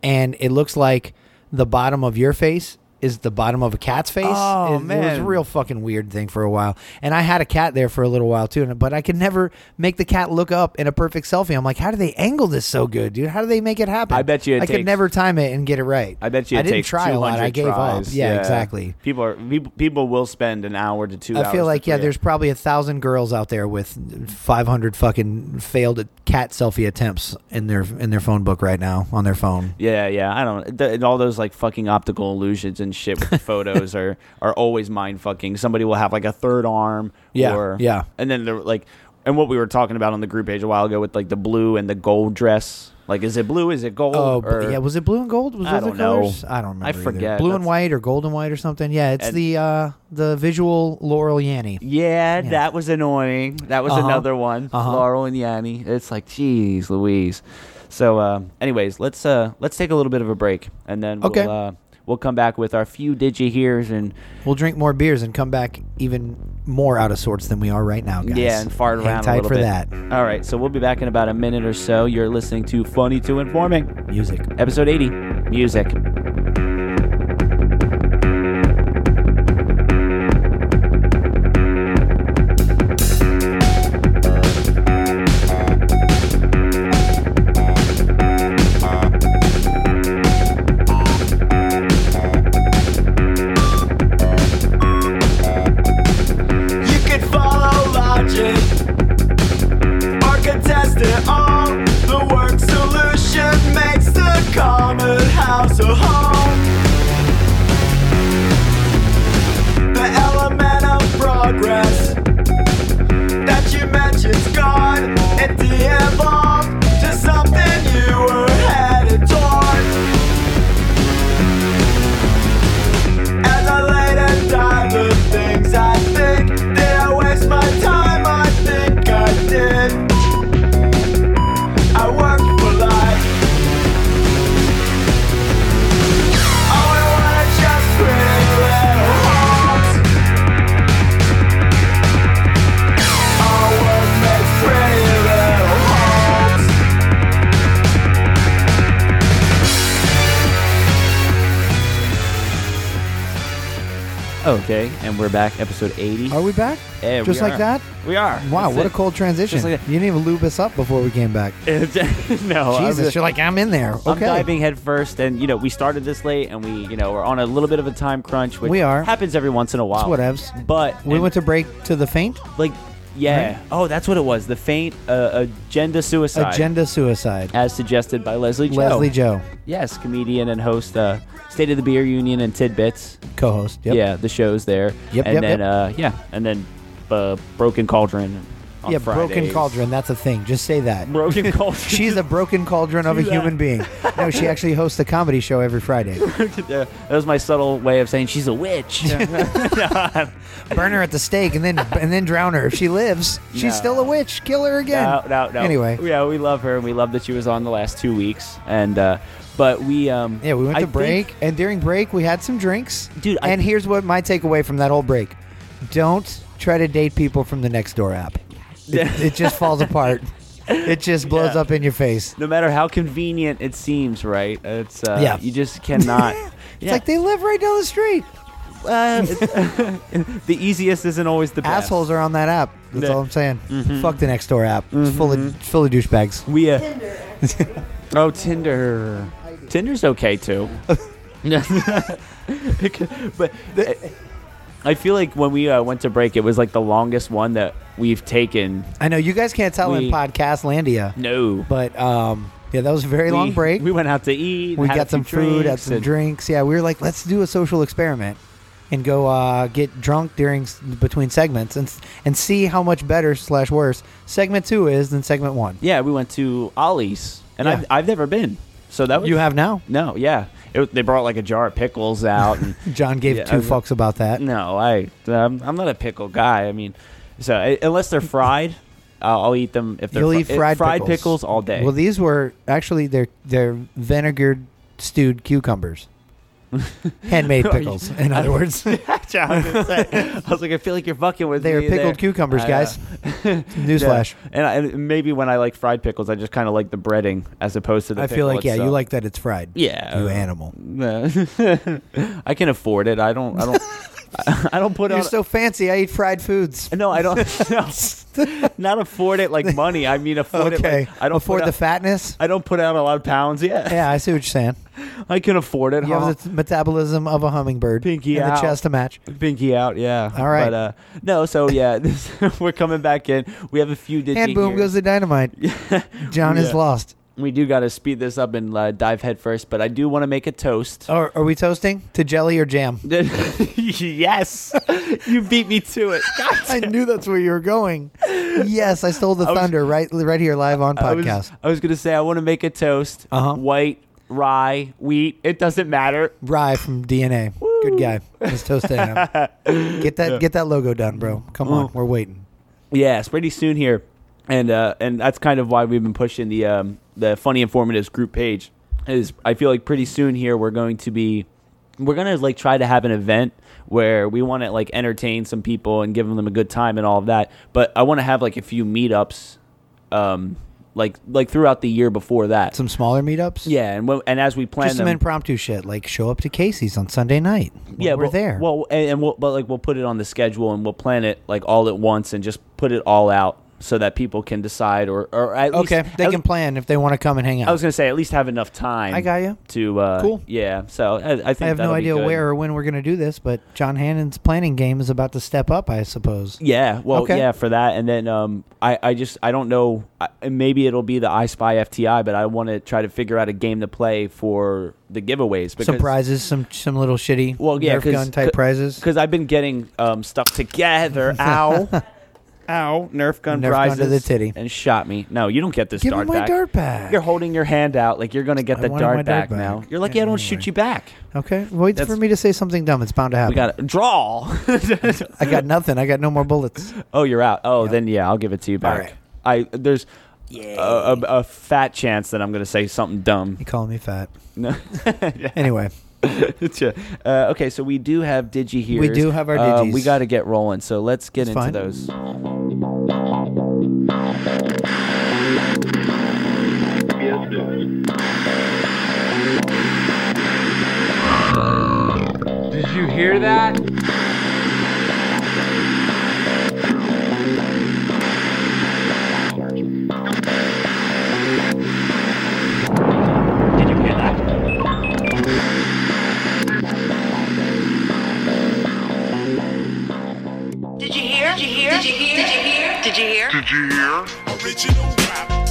S3: and it looks like the bottom of your face. Is the bottom of a cat's face?
S2: Oh,
S3: It- it was
S2: man.
S3: real real fucking weird thing for a while. And I had a cat there for a little while too, and- but I could never make the cat look up in a perfect selfie. I'm like, how do they angle this so good, dude? How do they make it happen?
S2: I bet you it
S3: I could
S2: takes-
S3: never time it and get it right.
S2: I bet you it
S3: I didn't
S2: takes
S3: try a lot.
S2: 200
S3: I gave
S2: tries.
S3: up. Yeah, exactly.
S2: People are peop- people will spend an hour to two.
S3: I
S2: hours to
S3: feel like yeah,
S2: create.
S3: there's probably a thousand girls out there with 500 fucking failed cat selfie attempts in their in their phone book right now on their phone.
S2: Yeah, yeah. I don't. Th- and all those like fucking optical illusions and shit with the photos are are always mind fucking. Somebody will have like a third arm.
S3: Yeah,
S2: Or,
S3: yeah.
S2: And then they're like, and what we were talking about on the group page a while ago with like the blue and the gold dress. Like, is it blue? Is it gold?
S3: Oh,
S2: or,
S3: but yeah. Was it blue and gold? Was
S2: I
S3: those the
S2: don't know.
S3: colors? I don't remember.
S2: I
S3: either.
S2: forget.
S3: Blue and
S2: That's-
S3: white or gold and white or something. Yeah, it's
S2: And-
S3: the uh, the visual Laurel Yanny.
S2: Yeah,
S3: Yeah.
S2: that was annoying. That was
S3: Uh-huh.
S2: another one.
S3: Uh-huh.
S2: Laurel and Yanni. It's like, geez, Louise. So, uh, anyways, let's uh, let's take a little bit of a break, and then
S3: Okay.
S2: we'll uh, we'll come back with our few digi hears and
S3: We'll drink more beers and come back even more out of sorts than we are right now, guys.
S2: Yeah, and fart
S3: Hang
S2: around
S3: tight
S2: a little
S3: for
S2: bit.
S3: that
S2: All right, so we'll be back in about a minute or so. You're listening to Funny to Informing,
S3: music.
S2: episode 80, music.
S5: You can follow logic or contest it all. The work solution makes the common house a home. The element of progress that you mentioned's gone and de-evolved to something you were headed towards. As I lay and die, the things I think, did I waste my time? I think I did. I worked for life. All I want is just pretty little homes.
S2: Okay, and we're back, episode 80.
S3: Are we back?
S2: Yeah, we
S3: Just like
S2: are.
S3: that?
S2: We are.
S3: Oh, Wow,
S2: That's
S3: what
S2: it.
S3: a cold transition.
S2: Just like that.
S3: you didn't even lube us up before we came back.
S2: no, I'm
S3: Jesus,
S2: just-
S3: you're like, I'm in there. Okay.
S2: I'm diving head first, and you know we started this late, and we you know we're on a little bit of a time crunch, which
S3: We are.
S2: happens every once in a while.
S3: whatevs.
S2: But
S3: We
S2: and,
S3: went to break to the faint.
S2: like yeah.
S3: Right?
S2: Oh, that's what it was. The faint uh, agenda suicide.
S3: Agenda suicide.
S2: As suggested by Leslie Joe.
S3: Leslie Joe,
S2: Yes, comedian and host, uh, State of the Beer Union and Tidbits.
S3: co host. Yep.
S2: Yeah, the show's there.
S3: Yep,
S2: And
S3: yep,
S2: then,
S3: yep.
S2: Uh, yeah, and then uh, Broken Cauldron on
S3: Yeah, broken
S2: Fridays.
S3: cauldron. That's a thing. Just say that.
S2: Broken Cauldron.
S3: She's a broken cauldron of a
S2: that.
S3: human being. No, she actually hosts a comedy show every Friday.
S2: Yeah, that was my subtle way of saying she's a witch.
S3: Burn her at the stake and then and then drown her. If she lives, she's
S2: No.
S3: still a witch. Kill her again.
S2: No, no, no.
S3: Anyway.
S2: yeah, we love her, and we love that she was on the last two weeks. And uh, but we, um,
S3: Yeah, we went
S2: I
S3: to
S2: think-
S3: break, and during break we had some drinks.
S2: Dude, I-
S3: and here's what my takeaway from that whole break: don't try to date people from the next door app. It, it just falls apart. It just blows
S2: Yeah.
S3: up in your face.
S2: no matter how convenient it seems, right? It's uh,
S3: Yeah.
S2: you just cannot.
S3: It's like they live right down the street.
S2: Uh, the easiest isn't always the best.
S3: Assholes are on that app. That's
S2: Yeah. Mm-hmm.
S3: all I'm saying. Fuck the next door app. It's full of full of douchebags.
S2: We uh, oh Tinder. Tinder's okay too. but I feel like when we uh, went to break, it was like the longest one that we've taken.
S3: I know you guys can't tell
S2: We-
S3: in podcast Landia,
S2: No,
S3: but um, yeah, that was a very long
S2: We-
S3: break.
S2: We
S3: We,
S2: went out to eat. had a
S3: got some
S2: few
S3: food, had
S2: drinks,
S3: some
S2: and-
S3: drinks. Yeah, we were like, let's do a social experiment and go uh, get drunk during s- between segments and s- and see how much better slash worse segment two is than segment one.
S2: Yeah, we went to Ollie's, and
S3: Yeah.
S2: I've, I've never been. So that was
S3: You have now.
S2: no, yeah. It, was- they brought like a jar of pickles out. And,
S3: John gave
S2: Yeah,
S3: two
S2: I-
S3: fucks about that.
S2: no, I I'm, I'm not a pickle guy. I mean, so uh, unless they're fried, I'll, I'll eat them if they're
S3: You'll
S2: fri- eh,
S3: eat fried
S2: fried
S3: pickles.
S2: pickles all day.
S3: Well, these were actually they're they're vinegar stewed cucumbers, handmade pickles. In other words,
S2: I was like, I feel like you're fucking with
S3: they are
S2: me. there.
S3: pickled cucumbers,
S2: I,
S3: guys.
S2: uh,
S3: Newsflash.
S2: yeah. And, I, and maybe when I like fried pickles, I just kind of like the breading as opposed to the.
S3: I feel
S2: pickle
S3: like yeah, you
S2: itself.
S3: like that it's fried.
S2: Yeah.
S3: you animal.
S2: Uh, I can afford it. I don't. I don't. I, I don't put
S3: You're
S2: on.
S3: so fancy. I eat fried foods.
S2: no, I don't. No, not afford it like money. I mean afford
S3: Okay,
S2: it. Like, I don't
S3: afford
S2: put
S3: the
S2: out,
S3: fatness.
S2: I don't put out a lot of pounds. Yeah,
S3: Yeah, I see what you're saying.
S2: I can afford it.
S3: You
S2: huh?
S3: have the metabolism of a hummingbird.
S2: Uh-huh. Pinky
S3: and
S2: out.
S3: the chest to match.
S2: Pinky out, yeah.
S3: All right.
S2: but, uh, no. So yeah, this, we're coming back in. We have a few. Digi
S3: And boom
S2: here.
S3: goes the dynamite. John is
S2: Yeah.
S3: lost.
S2: we do got to speed this up and uh, dive head first, but I do want to make a toast.
S3: Are, are we toasting to jelly or jam?
S2: yes, you beat me to it. God,
S3: I knew that's where you were going. Yes, I stole the
S2: was-
S3: thunder right right here live on
S2: I was,
S3: podcast.
S2: I was gonna say I want to make a toast.
S3: Uh-huh.
S2: White rye wheat. It doesn't matter.
S3: Rye from DNA. Good guy. Let's toast to him. Get that get that logo done, bro. Come
S2: Mm.
S3: on, we're waiting.
S2: Yes, pretty soon here, and uh, and that's kind of why we've been pushing the um, the funny informatives group page. Is I feel like pretty soon here we're going to be we're gonna like try to have an event where we want to like entertain some people and give them a good time and all of that. But I want to have like a few meetups, um, like like throughout the year before that.
S3: Some smaller meetups.
S2: yeah, and when, and as we plan
S3: Just some
S2: them,
S3: impromptu shit, like show up to Casey's on Sunday night.
S2: yeah,
S3: we're
S2: well-
S3: there.
S2: Well, and, and we'll, but like we'll put it on the schedule and we'll plan it like all at once and just put it all out so that people can decide or or at least
S3: okay, they
S2: at-
S3: can plan if they want to come and hang out.
S2: I was gonna say at least have enough time.
S3: I got you.
S2: To uh,
S3: Cool.
S2: Yeah. So I, I think
S3: I have no
S2: that'll be
S3: idea
S2: good.
S3: where or when we're going to do this, but John Hannon's planning game is about to step up, I suppose.
S2: Yeah. Well.
S3: Okay.
S2: Yeah. For that, and then um, I I just I don't know. I, and maybe it'll be the I Spy FTI, but I want to try to figure out a game to play for the giveaways. Because,
S3: some prizes, some some little shitty
S2: Well, yeah,
S3: Nerf gun type prizes.
S2: Because I've been getting um, stuff together. Ow. Ow. Nerf gun
S3: Nerf gun
S2: prizes.
S3: to the titty.
S2: And shot me. No, you don't get this
S3: Give me
S2: dart
S3: my
S2: back.
S3: dart back.
S2: You're holding your hand out like you're going to get
S3: I
S2: the
S3: wanted my
S2: dart
S3: dart
S2: back,
S3: back.
S2: now. You're like, yeah, I don't shoot
S3: Anyway.
S2: you back.
S3: Okay, wait for
S2: That's-
S3: me to say something dumb. It's bound to happen.
S2: We got to draw.
S3: I got nothing. I got no more bullets.
S2: oh, you're out. Oh, then yeah, I'll give it to you back.
S3: right.
S2: I There's a, a, a fat chance that I'm going to say something dumb.
S3: You calling me fat?
S2: No.
S3: Anyway,
S2: uh, okay, so we do have digi here.
S3: We do have our
S2: Uh,
S3: digis.
S2: we got to get rolling, so let's get
S3: It's
S2: into
S3: fine.
S2: those.
S6: Did you hear that? We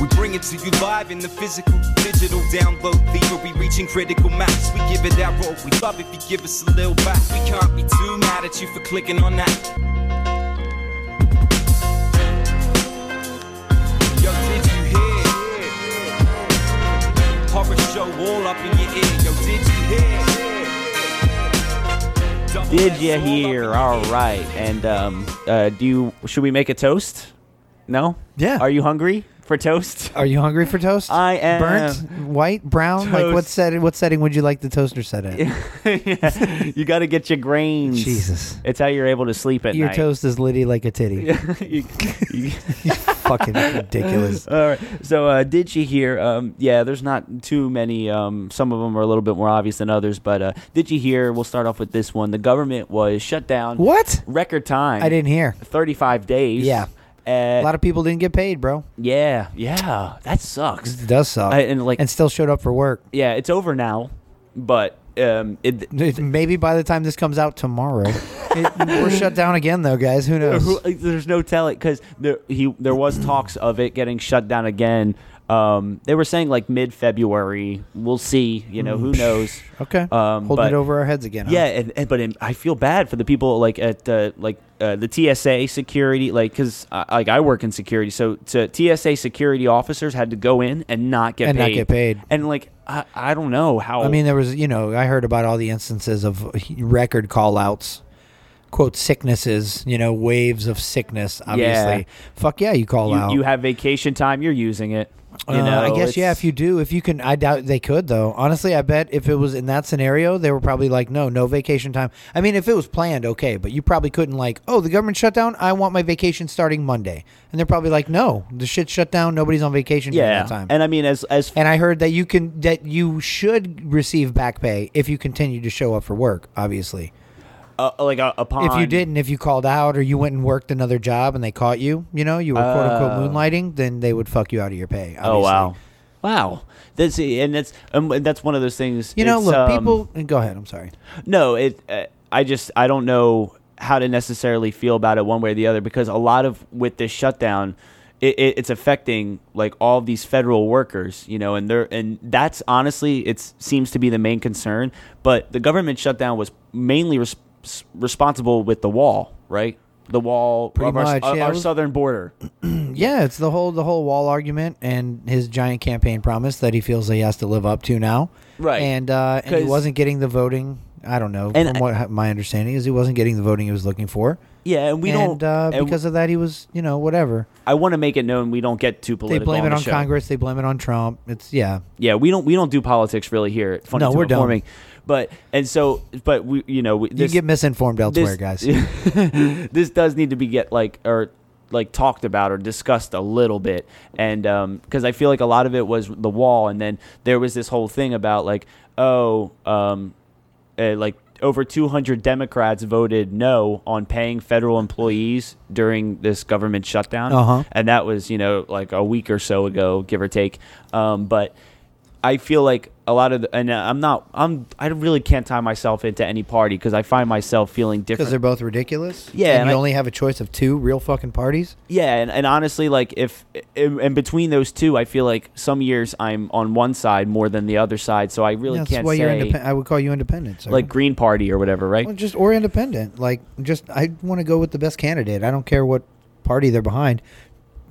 S6: bring it to you live in the physical, digital download theory, reaching critical mass. We give it our all. We love if you give us a little back. We can't be too mad at you for clicking on that. Yo, did you hear? Horror show all up in your ear. Yo, did you hear? Double
S2: Did
S6: S
S2: you
S6: all up in
S2: hear?
S6: your
S2: All
S6: ear.
S2: right. And um, uh, do you? Should we make a toast? No.
S3: Yeah.
S2: Are you hungry for toast?
S3: Are you hungry for toast?
S2: I am.
S3: Burnt, white, brown. Like what
S2: Toast.
S3: setting? What setting would you like the toaster set in?
S2: you got to get your grains.
S3: Jesus.
S2: It's how you're able to sleep at
S3: Your
S2: night.
S3: toast is litty like a titty.
S2: You- you-
S3: Fucking ridiculous.
S2: all right. So, uh, did you hear? Um, yeah, there's not too many. Um, some of them are a little bit more obvious than others, but uh, did you hear? We'll start off with this one. The government was shut down.
S3: What?
S2: Record time.
S3: I didn't hear.
S2: 35 days.
S3: Yeah.
S2: Uh,
S3: A lot of people didn't get paid, bro.
S2: yeah. Yeah. That sucks.
S3: It does suck.
S2: I- and, like-
S3: and still showed up for work.
S2: Yeah, it's over now, but um, it,
S3: Maybe by the time this comes out tomorrow, it, we're shut down again, though, guys. Who knows?
S2: Who- uh, there's no telling because there he there was talks of it getting shut down again. Um, they were saying like mid February. We'll see. You know, who knows?
S3: Mm. Okay.
S2: Um,
S3: Holding
S2: but-
S3: it over our heads again. huh?
S2: Yeah, and, and but it, I feel bad for the people like at uh, like uh, the TSA security, like because uh, like I work in security, so to TSA security officers had to go in and not get
S3: And not
S2: paid.
S3: get paid.
S2: and like I, I don't know how.
S3: I mean, there was, you know, I heard about all the instances of record call outs, quote, sicknesses, you know, waves of sickness, obviously.
S2: Yeah.
S3: Fuck yeah, you call out.
S2: you, you have vacation time, you're using it. You
S3: Uh,
S2: know,
S3: I guess, yeah,
S2: it's-
S3: if you do, if you can, I doubt they could, though. Honestly, I bet if it was in that scenario, they were probably like, no, no vacation time. I mean, if it was planned, okay, but you probably couldn't, like, oh, the government shut down. I want my vacation starting Monday. And they're probably like, no, the shit's shut down. Nobody's on vacation during
S2: yeah,
S3: that time.
S2: and I mean as as
S3: And I heard that you can that you should receive back pay if you continue to show up for work. Obviously,
S2: uh, like uh, upon
S3: if you didn't, if you called out or you went and worked another job and they caught you, you know, you were quote unquote
S2: Oh.
S3: moonlighting, then they would fuck you out of your pay.
S2: Oh
S3: obviously.
S2: wow, wow. That's and that's um, that's one of those things.
S3: You know,
S2: it's,
S3: look,
S2: um,
S3: people. Go ahead. I'm sorry.
S2: No, it. Uh, I just I don't know how to necessarily feel about it one way or the other because a lot of with this shutdown. It, it, it's affecting like all these federal workers, you know, and they're and that's honestly it seems to be the main concern. But the government shutdown was mainly res- responsible with the wall, right? The wall,
S3: Pretty
S2: of our,
S3: much,
S2: of
S3: yeah, it
S2: our
S3: was-
S2: southern border.
S3: Yeah, it's the whole the whole wall argument and his giant campaign promise that he feels he has to live up to now.
S2: Right.
S3: And uh, and he
S2: 'Cause-
S3: wasn't getting the voting. I don't know.
S2: And
S3: from
S2: I-
S3: what my understanding is, he wasn't getting the voting he was looking for.
S2: Yeah, and we
S3: and
S2: don't
S3: uh,
S2: and
S3: because of that, he was you know whatever.
S2: I want to make it known we don't get too
S3: they
S2: political.
S3: blame it
S2: the
S3: on
S2: show.
S3: Congress. They blame it on Trump. It's yeah.
S2: Yeah, we don't we don't do politics really here. At Funny
S3: No,
S2: Tone
S3: we're done.
S2: Informing. But and so, but we you know we, this,
S3: you get misinformed elsewhere,
S2: this-
S3: guys.
S2: this does need to be get like or like talked about or discussed a little bit and um because i feel like a lot of it was the wall and then there was this whole thing about like oh um uh, like over 200 democrats voted no on paying federal employees during this government shutdown
S3: Uh-huh.
S2: and that was you know like a week or so ago give or take um but I feel like a lot of, the, and uh, I'm not, I'm, I really can't tie myself into any party because I find myself feeling different.
S3: Because they're both ridiculous.
S2: Yeah,
S3: and,
S2: and
S3: you
S2: I-
S3: only have a choice of two real fucking parties.
S2: Yeah, and, and honestly, like if in, in between those two, I feel like some years I'm on one side more than the other side, so I really
S3: That's
S2: can't
S3: why
S2: say
S3: you're independent. I would call you independent. sir.
S2: like Green Party or whatever, right?
S3: Well, just or independent. Like just I want to go with the best candidate. I don't care what party they're behind.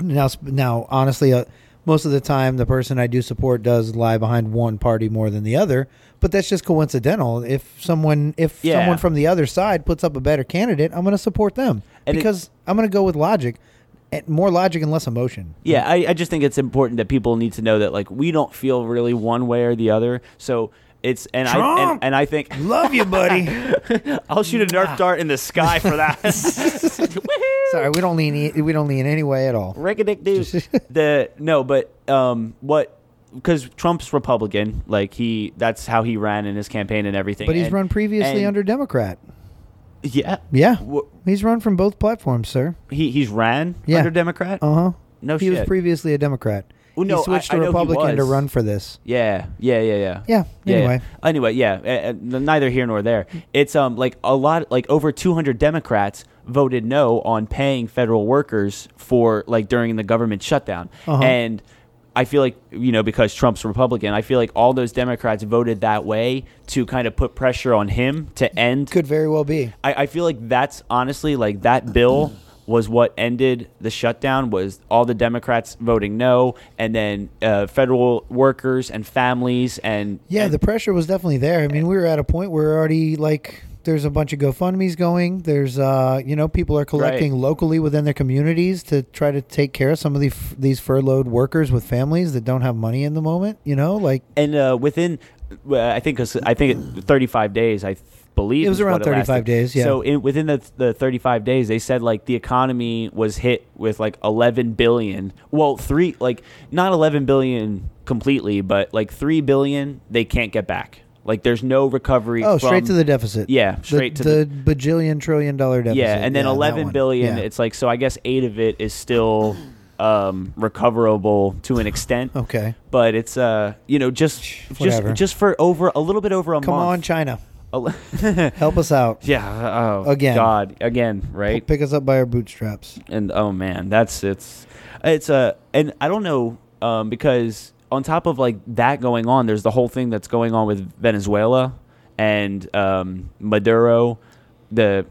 S3: Now, sp- now honestly, uh, most of the time the person I do support does lie behind one party more than the other, but that's just coincidental. If someone if
S2: Yeah.
S3: someone from the other side puts up a better candidate, I'm going to support them
S2: And it-
S3: because I'm going to go with logic, and more logic and less emotion.
S2: Yeah, I, I just think it's important that people need to know that like we don't feel really one way or the other, so. It's and I and,
S3: Trump!
S2: and I think
S3: Love you, buddy.
S2: I'll shoot a Nerf dart in the sky for that. Woohoo!
S3: Sorry, we don't lean e- we don't lean any way at all.
S2: Rickadick do the no, but um, what? Because Trump's Republican, like he, that's how he ran in his campaign and everything.
S3: But he's
S2: and-
S3: run previously
S2: and-
S3: under Democrat.
S2: yeah,
S3: Yeah.
S2: Wh-
S3: He's run from both platforms, sir.
S2: He he's ran
S3: Yeah.
S2: under Democrat.
S3: Uh huh.
S2: No
S3: he was
S2: shit.
S3: previously a Democrat.
S2: Well, no,
S3: he switched
S2: I-
S3: to
S2: I know he
S3: Republican to
S2: was.
S3: run for this.
S2: Yeah, yeah, yeah, yeah.
S3: Yeah, anyway.
S2: Anyway, yeah. uh, uh, neither here nor there. It's um like a lot, like over 200 Democrats voted no on paying federal workers for like during the government shutdown,
S3: Uh-huh.
S2: and I feel like you know because Trump's Republican, I feel like all those Democrats voted that way to kind of put pressure on him to end
S3: Could very well be.
S2: I, I feel like that's honestly like that bill was what ended the shutdown was all the democrats voting no and then uh, federal workers and families and
S3: Yeah,
S2: and-
S3: the pressure was definitely there. I mean, we were at a point where already like there's a bunch of GoFundmes going. There's uh, you know, people are collecting
S2: Right.
S3: locally within their communities to try to take care of some of the f- these furloughed workers with families that don't have money in the moment, you know? Like
S2: and uh, within well, i think 'cause i think it- 35 days i th- believe
S3: It was
S2: is what
S3: around 35
S2: lasted.
S3: days, yeah.
S2: so in, within the, the 35 days they said like the economy was hit with like 11 billion well three like not 11 billion completely but like 3 billion they can't get back like there's no recovery
S3: oh,
S2: from-
S3: straight to the deficit.
S2: yeah
S3: The-
S2: straight to
S3: the, bajillion trillion dollar deficit.
S2: Yeah, and then
S3: that
S2: eleven
S3: one.
S2: billion.
S3: Yeah.
S2: It's like so. I guess eight of it is still um, recoverable to an extent.
S3: Okay.
S2: But it's uh, you know, just just
S3: Whatever.
S2: just for over a little bit over a
S3: Come on,
S2: month.
S3: China.
S2: Come on,
S3: Help us out.
S2: yeah. Oh,
S3: Again.
S2: God, again, right?
S3: Pick us up by our bootstraps.
S2: and oh man, that's it's it's a and I don't know um, because on top of like that going on, there's the whole thing that's going on with Venezuela and um, Maduro, the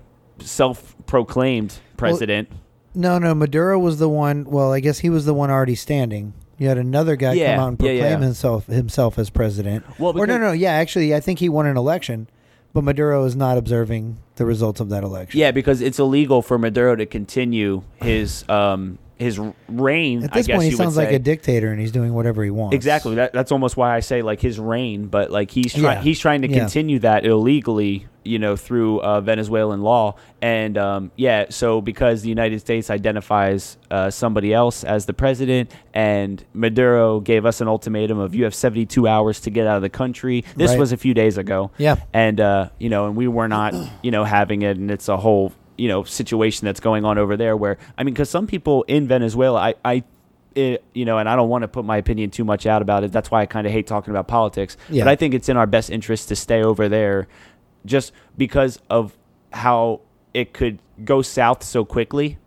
S2: self-proclaimed president.
S3: No, no, Maduro was the one. Well, I guess he was the one already standing. You had another guy
S2: Yeah,
S3: come out and
S2: yeah,
S3: proclaim
S2: yeah.
S3: himself himself as president.
S2: Well,
S3: or no,
S2: because-
S3: no, yeah, actually, I think he won an election, but Maduro is not observing the results of that election.
S2: Yeah, because it's illegal for Maduro to continue his um his reign.
S3: At
S2: I
S3: this
S2: guess
S3: point, he
S2: you would
S3: sounds like
S2: say.
S3: a dictator, and he's doing whatever he wants.
S2: Exactly. That, that's almost why I say like his reign, but like he's trying
S3: Yeah.
S2: he's trying to
S3: Yeah.
S2: continue that illegally, you know, through uh, Venezuelan law. And um, yeah, so because the United States identifies uh, somebody else as the president, and Maduro gave us an ultimatum of you have seventy two hours to get out of the country. This
S3: Right.
S2: was a few days ago.
S3: Yeah.
S2: And uh, you know, and we were not you know having it, and it's a whole you know situation that's going on over there where I mean, because some people in Venezuela, I. I it, you know, and I don't want to put my opinion too much out about it. That's why I kind of hate talking about politics.
S3: Yeah.
S2: But I think it's in our best interest to stay over there just because of how it could go south so quickly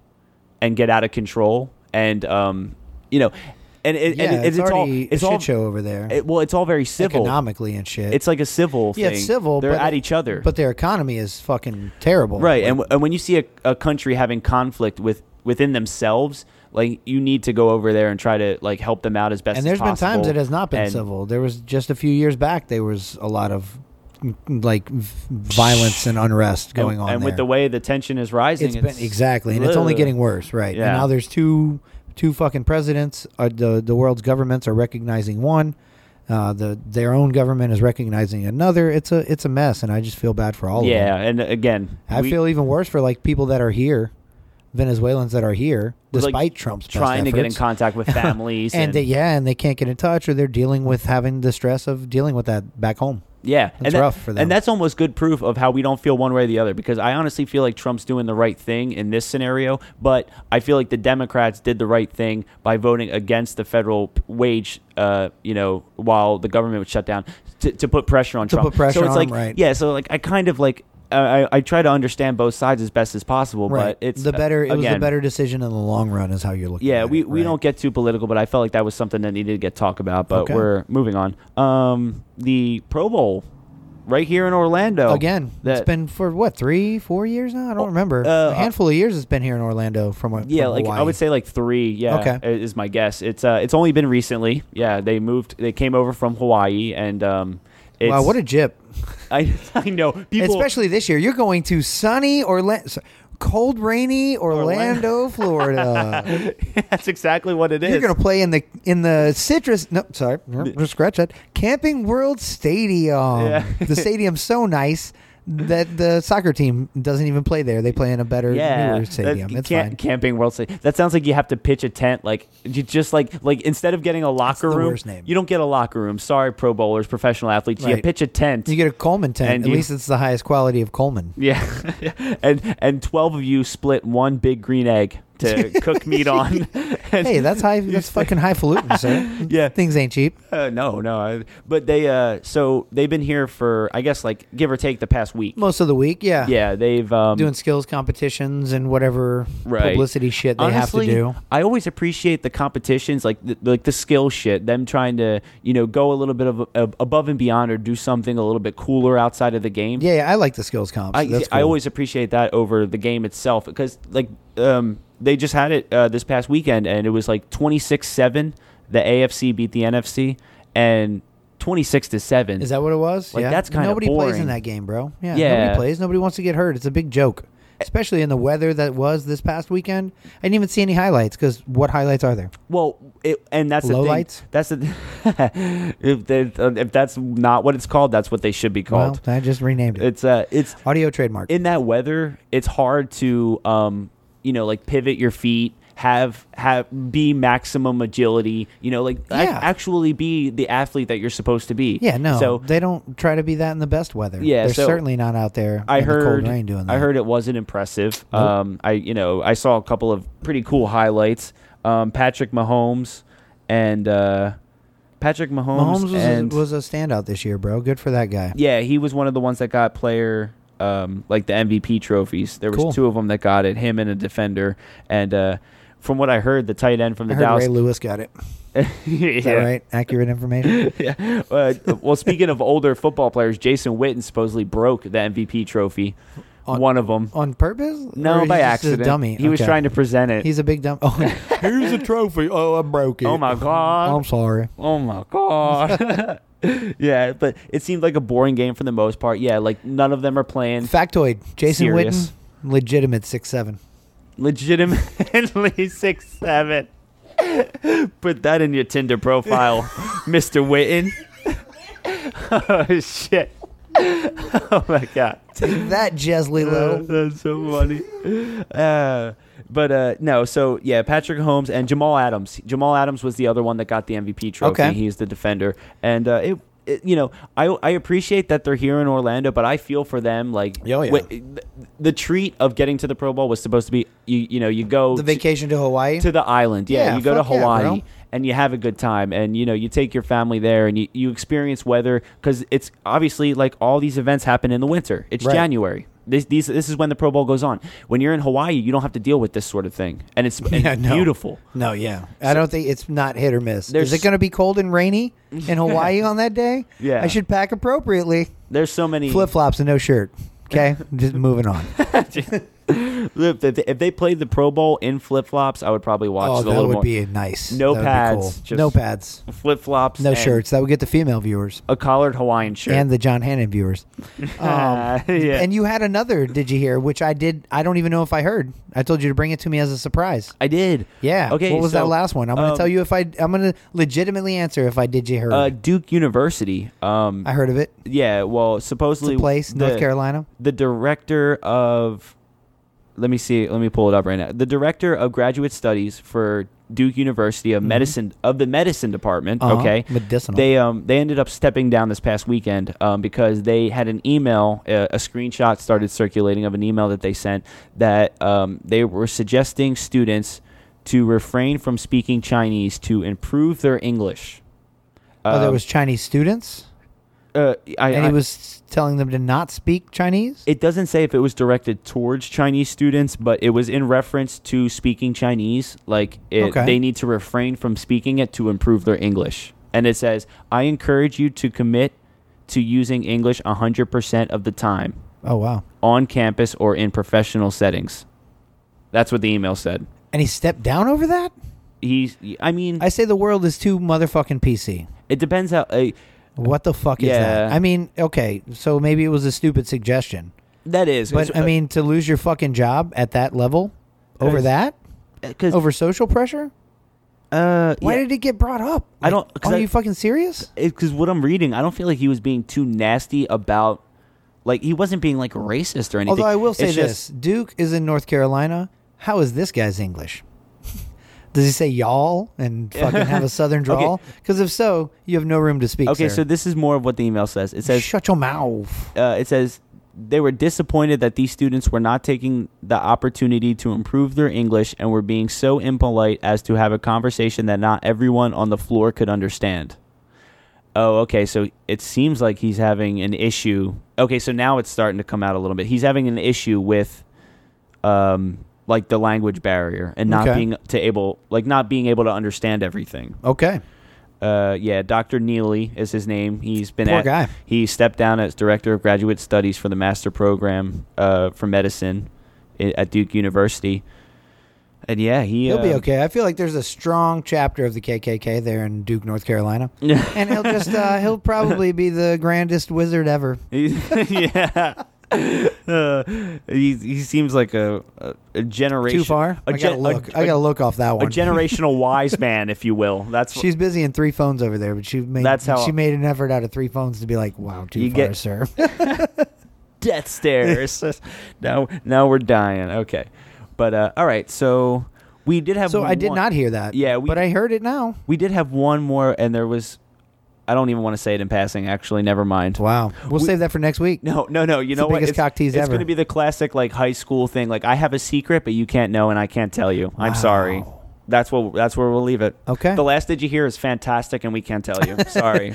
S2: and get out of control. And, um, you know, and, it,
S3: Yeah,
S2: and it-
S3: it's,
S2: it's, all,
S3: already
S2: it's
S3: a shit
S2: all,
S3: show over there,
S2: it- well, it's all very civil.
S3: economically and shit.
S2: It's like a civil
S3: yeah,
S2: thing.
S3: it's civil.
S2: They're
S3: but,
S2: at each other.
S3: but their economy is fucking terrible.
S2: Right, and, w- and when you see a, a country having conflict with within themselves, like you need to go over there and try to like help them out as best.
S3: and there's
S2: as
S3: been
S2: possible.
S3: times it has not been
S2: And-
S3: civil. There was just a few years back. There was a lot of mm, like v- violence and unrest going
S2: and,
S3: on.
S2: And with
S3: there.
S2: the way the tension is rising,
S3: it's
S2: it's,
S3: been exactly, and it's only
S2: Ugh.
S3: getting worse, right?
S2: Yeah.
S3: And now there's two two fucking presidents. Uh, the the world's governments are recognizing one. Uh, the their own government is recognizing another. It's a it's a mess, and I just feel bad for all of
S2: Yeah,
S3: them.
S2: and again,
S3: I
S2: we-
S3: feel even worse for like people that are here, Venezuelans that are here,
S2: like,
S3: despite Trump's best
S2: trying to get in
S3: efforts.
S2: contact with families,
S3: and
S2: and,
S3: they, yeah, and they can't get in touch, or they're dealing with having the stress of dealing with that back home.
S2: yeah,
S3: That's
S2: and that-
S3: rough for them.
S2: And that's almost good proof of how we don't feel one way or the other. Because I honestly feel like Trump's doing the right thing in this scenario, but I feel like the Democrats did the right thing by voting against the federal p- wage, uh, you know, while the government was shut down to, to put pressure on
S3: To
S2: Trump.
S3: put pressure
S2: so it's
S3: on
S2: like,
S3: him, right.
S2: yeah, so like I kind of like. I, I- I try to understand both sides as best as possible,
S3: Right.
S2: but it's
S3: the better. It was the
S2: again,
S3: better decision in the long run, is how you're looking.
S2: Yeah,
S3: at
S2: we,
S3: it,
S2: we
S3: right?
S2: don't get too political, but I felt like that was something that needed to get talked about. But
S3: Okay.
S2: we're moving on. Um, the Pro Bowl, right here in Orlando.
S3: again.
S2: that-
S3: it's been for what three, four years now. I don't remember.
S2: uh,
S3: a handful of years it's been here in Orlando. From what?
S2: yeah,
S3: from
S2: like I
S3: Hawaii.
S2: would say like three. Yeah,
S3: Okay.
S2: i- is my guess. It's uh, it's only been recently. Yeah, they moved. They came over from Hawaii, and um, it's,
S3: Wow, what a jip!
S2: I I know people.
S3: Especially this year, you're going to sunny Orlando, cold, rainy Orlando, Florida.
S2: that's exactly what it is.
S3: You're gonna play in the in the citrus. No, sorry, no, just scratch that. Camping World Stadium.
S2: Yeah.
S3: the stadium's so nice that the soccer team doesn't even play there. They play in a better,
S2: yeah,
S3: newer stadium.
S2: That-
S3: it's
S2: camp-
S3: fine.
S2: Camping World Stadium. That sounds like you have to pitch a tent. Like you just like like instead of getting a locker
S3: the
S2: room,
S3: worst name.
S2: you don't get a locker room. Sorry, Pro Bowlers, professional athletes. You
S3: Right.
S2: pitch a tent.
S3: you get a Coleman tent.
S2: And
S3: At
S2: you-
S3: least it's the highest quality of Coleman.
S2: Yeah, and and twelve of you split one big green egg to cook meat on. And-
S3: Hey, that's high. That's fucking highfalutin, sir.
S2: Yeah.
S3: things ain't cheap.
S2: Uh, no, no. I, but they uh, so they've been here for I guess like give or take the past week.
S3: Most of the week, yeah.
S2: Yeah, they've um,
S3: doing skills competitions and whatever
S2: Right.
S3: publicity shit they
S2: Honestly,
S3: have to do.
S2: I always appreciate the competitions, like the, like the skill shit. Them trying to you know go a little bit of, of above and beyond or do something a little bit cooler outside of the game.
S3: Yeah, yeah, I like the skills comps.
S2: I,
S3: That's
S2: I
S3: cool.
S2: always appreciate that over the game itself because like um, they just had it uh, this past weekend and it was like 26-7 the AFC beat the NFC and 26 to 7
S3: Is that what it was?
S2: Like, that's kinda
S3: nobody plays
S2: boring.
S3: in that game, bro. Yeah,
S2: Yeah.
S3: nobody plays. Nobody wants to get hurt. It's a big joke, especially in the weather that was this past weekend. I didn't even see any highlights because what highlights are there?
S2: Well, it, and that's the thing.
S3: Lowlights?
S2: That's the if they, if that's not what it's called, that's what they should be called.
S3: Well, I just renamed it.
S2: it's uh, it's
S3: Audio trademark.
S2: in that weather. It's hard to um, you know, like pivot your feet, have have be maximum agility. You know, like ac-
S3: Yeah.
S2: actually be the athlete that you're supposed to be.
S3: yeah, no,
S2: So
S3: they don't try to be that in the best weather.
S2: Yeah,
S3: they're
S2: so
S3: certainly not out there.
S2: I
S3: in
S2: heard
S3: the cold rain doing that.
S2: I heard it wasn't impressive. Um, I you know I saw a couple of pretty cool highlights. Um, Patrick Mahomes and uh, Patrick Mahomes,
S3: Mahomes was,
S2: and
S3: was a standout this year, bro. Good for that guy.
S2: yeah, he was one of the ones that got player um, like the MVP trophies. There was
S3: Cool.
S2: two of them that got it, him and a defender. And uh, from what I heard, the tight end from the
S3: I heard
S2: Dallas.
S3: Ray Lewis got it. Is
S2: yeah.
S3: that right? Accurate information.
S2: Yeah. Uh, well, speaking of older football players, Jason Witten supposedly broke the MVP trophy. one of them.
S3: On purpose? Or
S2: No,
S3: he's
S2: by
S3: just a
S2: accident.
S3: dummy.
S2: He was
S3: Okay.
S2: trying to present it.
S3: He's a big dumb. Oh, here's a trophy. Oh, I broke it.
S2: oh my god.
S3: I'm sorry.
S2: Oh my god. yeah, but it seemed like a boring game for the most part. Yeah, like none of them are playing
S3: Factoid: Jason
S2: Serious.
S3: Witten, legitimate six seven.
S2: legitimately six seven. Put that in your Tinder profile, Mr. Witten. oh shit. oh my god.
S3: That Jesley Low.
S2: That's so funny. Uh, but uh, no, so yeah, Patrick Holmes and Jamal Adams. Jamal Adams was the other one that got the MVP trophy.
S3: Okay.
S2: He's the defender, and uh, it, it- you know, I I appreciate that they're here in Orlando, but I feel for them. Like,
S3: Oh, yeah.
S2: wi- th- the treat of getting to the Pro Bowl was supposed to be you you know you go
S3: The
S2: to-
S3: vacation to Hawaii.
S2: to the island. Yeah,
S3: Yeah,
S2: you go to
S3: fuck yeah,
S2: Hawaii
S3: bro.
S2: and you have a good time and you know, you take your family there and you, you experience weather cuz it's obviously like all these events happen in the winter. It's
S3: Right.
S2: January. This, these, this is when the Pro Bowl goes on. When you're in Hawaii, you don't have to deal with this sort of thing, and it's, and
S3: Yeah,
S2: it's
S3: no.
S2: beautiful.
S3: No, yeah. I don't think it's not hit or miss.
S2: There's-
S3: Is it going to be cold and rainy in Hawaii on that day?
S2: Yeah.
S3: I should pack appropriately.
S2: There's so many
S3: Flip flops and no shirt. Okay, just moving on.
S2: If they, if they played the Pro Bowl in flip flops, I would probably watch
S3: Oh,
S2: it a
S3: that
S2: little
S3: would
S2: more.
S3: be nice.
S2: No
S3: That would be
S2: pads,
S3: cool.
S2: just-
S3: No pads.
S2: Flip flops,
S3: No shirts. That would get the female viewers
S2: a collared Hawaiian shirt,
S3: and the John Hannon viewers. Um,
S2: Ah, yeah.
S3: And you had another, did you hear? Which I did. I don't even know if I heard. I told you to bring it to me as a surprise.
S2: I did.
S3: Yeah.
S2: Okay.
S3: What was that
S2: so,
S3: last one? I'm going to
S2: um,
S3: tell you if I. I'm going to legitimately answer if I did you hear.
S2: Uh, Duke University. Um,
S3: I heard of it.
S2: Yeah, well, supposedly
S3: place, North Carolina?
S2: The director of let me see, let me pull it up right now. The director of graduate studies for Duke University of Medicine of the medicine department,
S3: Mm-hmm. Uh-huh,
S2: okay?
S3: medicinal.
S2: They um they ended up stepping down this past weekend um, because they had an email, a, a screenshot started circulating of an email that they sent that um, they were suggesting students to refrain from speaking Chinese to improve their English.
S3: oh, there
S2: Um,
S3: was Chinese students,
S2: uh, I,
S3: and
S2: I-
S3: he was telling them to not speak Chinese.
S2: It doesn't say if it was directed towards Chinese students, but it was in reference to speaking Chinese. Like it,
S3: Okay.
S2: they need to refrain from speaking it to improve their English. And it says, "I encourage you to commit to using English 100% of the time
S3: oh wow!
S2: on campus or in professional settings." That's what the email said.
S3: And he stepped down over that.
S2: He's, I mean,
S3: I say the world is too motherfucking PC.
S2: it depends how. Uh,
S3: What the fuck is that?
S2: Yeah.
S3: I mean, okay, so maybe it was a stupid suggestion,
S2: that is,
S3: but I mean, to lose your fucking job at that level over
S2: It's-
S3: that,
S2: because
S3: over social pressure.
S2: uh,
S3: Why
S2: yeah.
S3: did it get brought up?
S2: I don't- 'cause
S3: Are
S2: I-
S3: you fucking serious?
S2: because what I'm reading, I don't feel like he was being too nasty about, like he wasn't being like racist or anything.
S3: Although I will say
S2: It's
S3: this:
S2: just-
S3: Duke is in North Carolina. How is this guy's English? Does he say y'all and fucking have a southern drawl? Because if so, you have no room to speak.
S2: okay,
S3: sir.
S2: so this is more of what the email says. It says,
S3: shut your mouth.
S2: uh, it says they were disappointed that these students were not taking the opportunity to improve their English and were being so impolite as to have a conversation that not everyone on the floor could understand. Oh, okay. So it seems like he's having an issue. Okay, so now it's starting to come out a little bit. He's having an issue with um like the language barrier and not
S3: Okay.
S2: being to able like not being able to understand everything
S3: Okay.
S2: uh, yeah, Dr. Neely is his name. He's been
S3: Poor
S2: at,
S3: guy.
S2: He stepped down as director of graduate studies for the master program uh, for medicine i- at Duke University. And yeah, he
S3: He'll be
S2: uh,
S3: okay. I feel like there's a strong chapter of the KKK there in Duke, North Carolina. and he'll just uh, he'll probably be the grandest wizard ever.
S2: yeah. Uh, he he seems like a a, a generation
S3: Too far?
S2: A
S3: I gotta
S2: gen- a-
S3: look. I I gotta look off that
S2: a
S3: one.
S2: generational wise man, if you will. That's
S3: She's busy in three phones over there, but she made
S2: That's how-
S3: she made an effort out of three phones to be like, "Wow, too
S2: You
S3: far,
S2: get-
S3: sir."
S2: death stares. now now we're dying. Okay, but uh, all right. So we did have.
S3: so I did
S2: one-
S3: not hear that.
S2: Yeah, we-
S3: but I heard it now.
S2: We did have one more, and there was. I don't even want to say it in passing. Actually, never mind.
S3: Wow, we'll save that for next week.
S2: No, no, no. You
S3: the
S2: know what?
S3: biggest
S2: it's
S3: cock tease
S2: it's
S3: ever.
S2: going to be the classic like high school thing. Like I have a secret, but you can't know, and I can't tell you. I'm sorry.
S3: Wow.
S2: That's what. That's where we'll leave it.
S3: Okay.
S2: The last did you hear is fantastic, and we can't tell you. Sorry.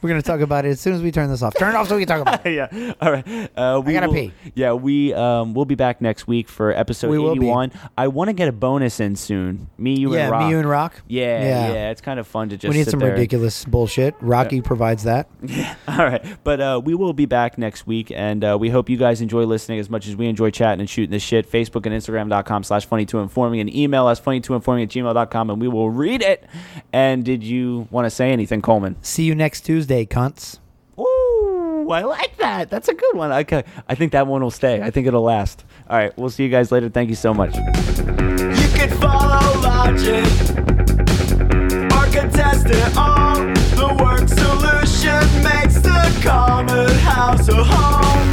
S3: We're gonna talk about it as soon as we turn this off. Turn it off so we can talk about it.
S2: yeah. All right. Uh, we
S3: gotta
S2: will-
S3: pee.
S2: Yeah, we um we'll be back next week for episode
S3: We will be.
S2: 81. I want to get a bonus in soon. Me, you,
S3: yeah,
S2: and Rock.
S3: me, you, and Rock.
S2: Yeah,
S3: Yeah.
S2: yeah, It's kind of fun to just.
S3: we need
S2: sit
S3: some
S2: there.
S3: ridiculous bullshit. Rocky provides that.
S2: All right, but uh, we will be back next week, and uh, we hope you guys enjoy listening as much as we enjoy chatting and shooting this shit. Facebook and Instagram.com slash funny to informing and email us funny to informing at gmail.com, and we will read it. And did you want to say anything, Coleman?
S3: See you next Tuesday, cunts.
S2: Ooh, I like that. That's a good one. Okay, I think that one will stay. I think it'll last. All right, we'll see you guys later. Thank you so much.
S5: You can follow logic. Our contestant on the work solution makes the common house a home.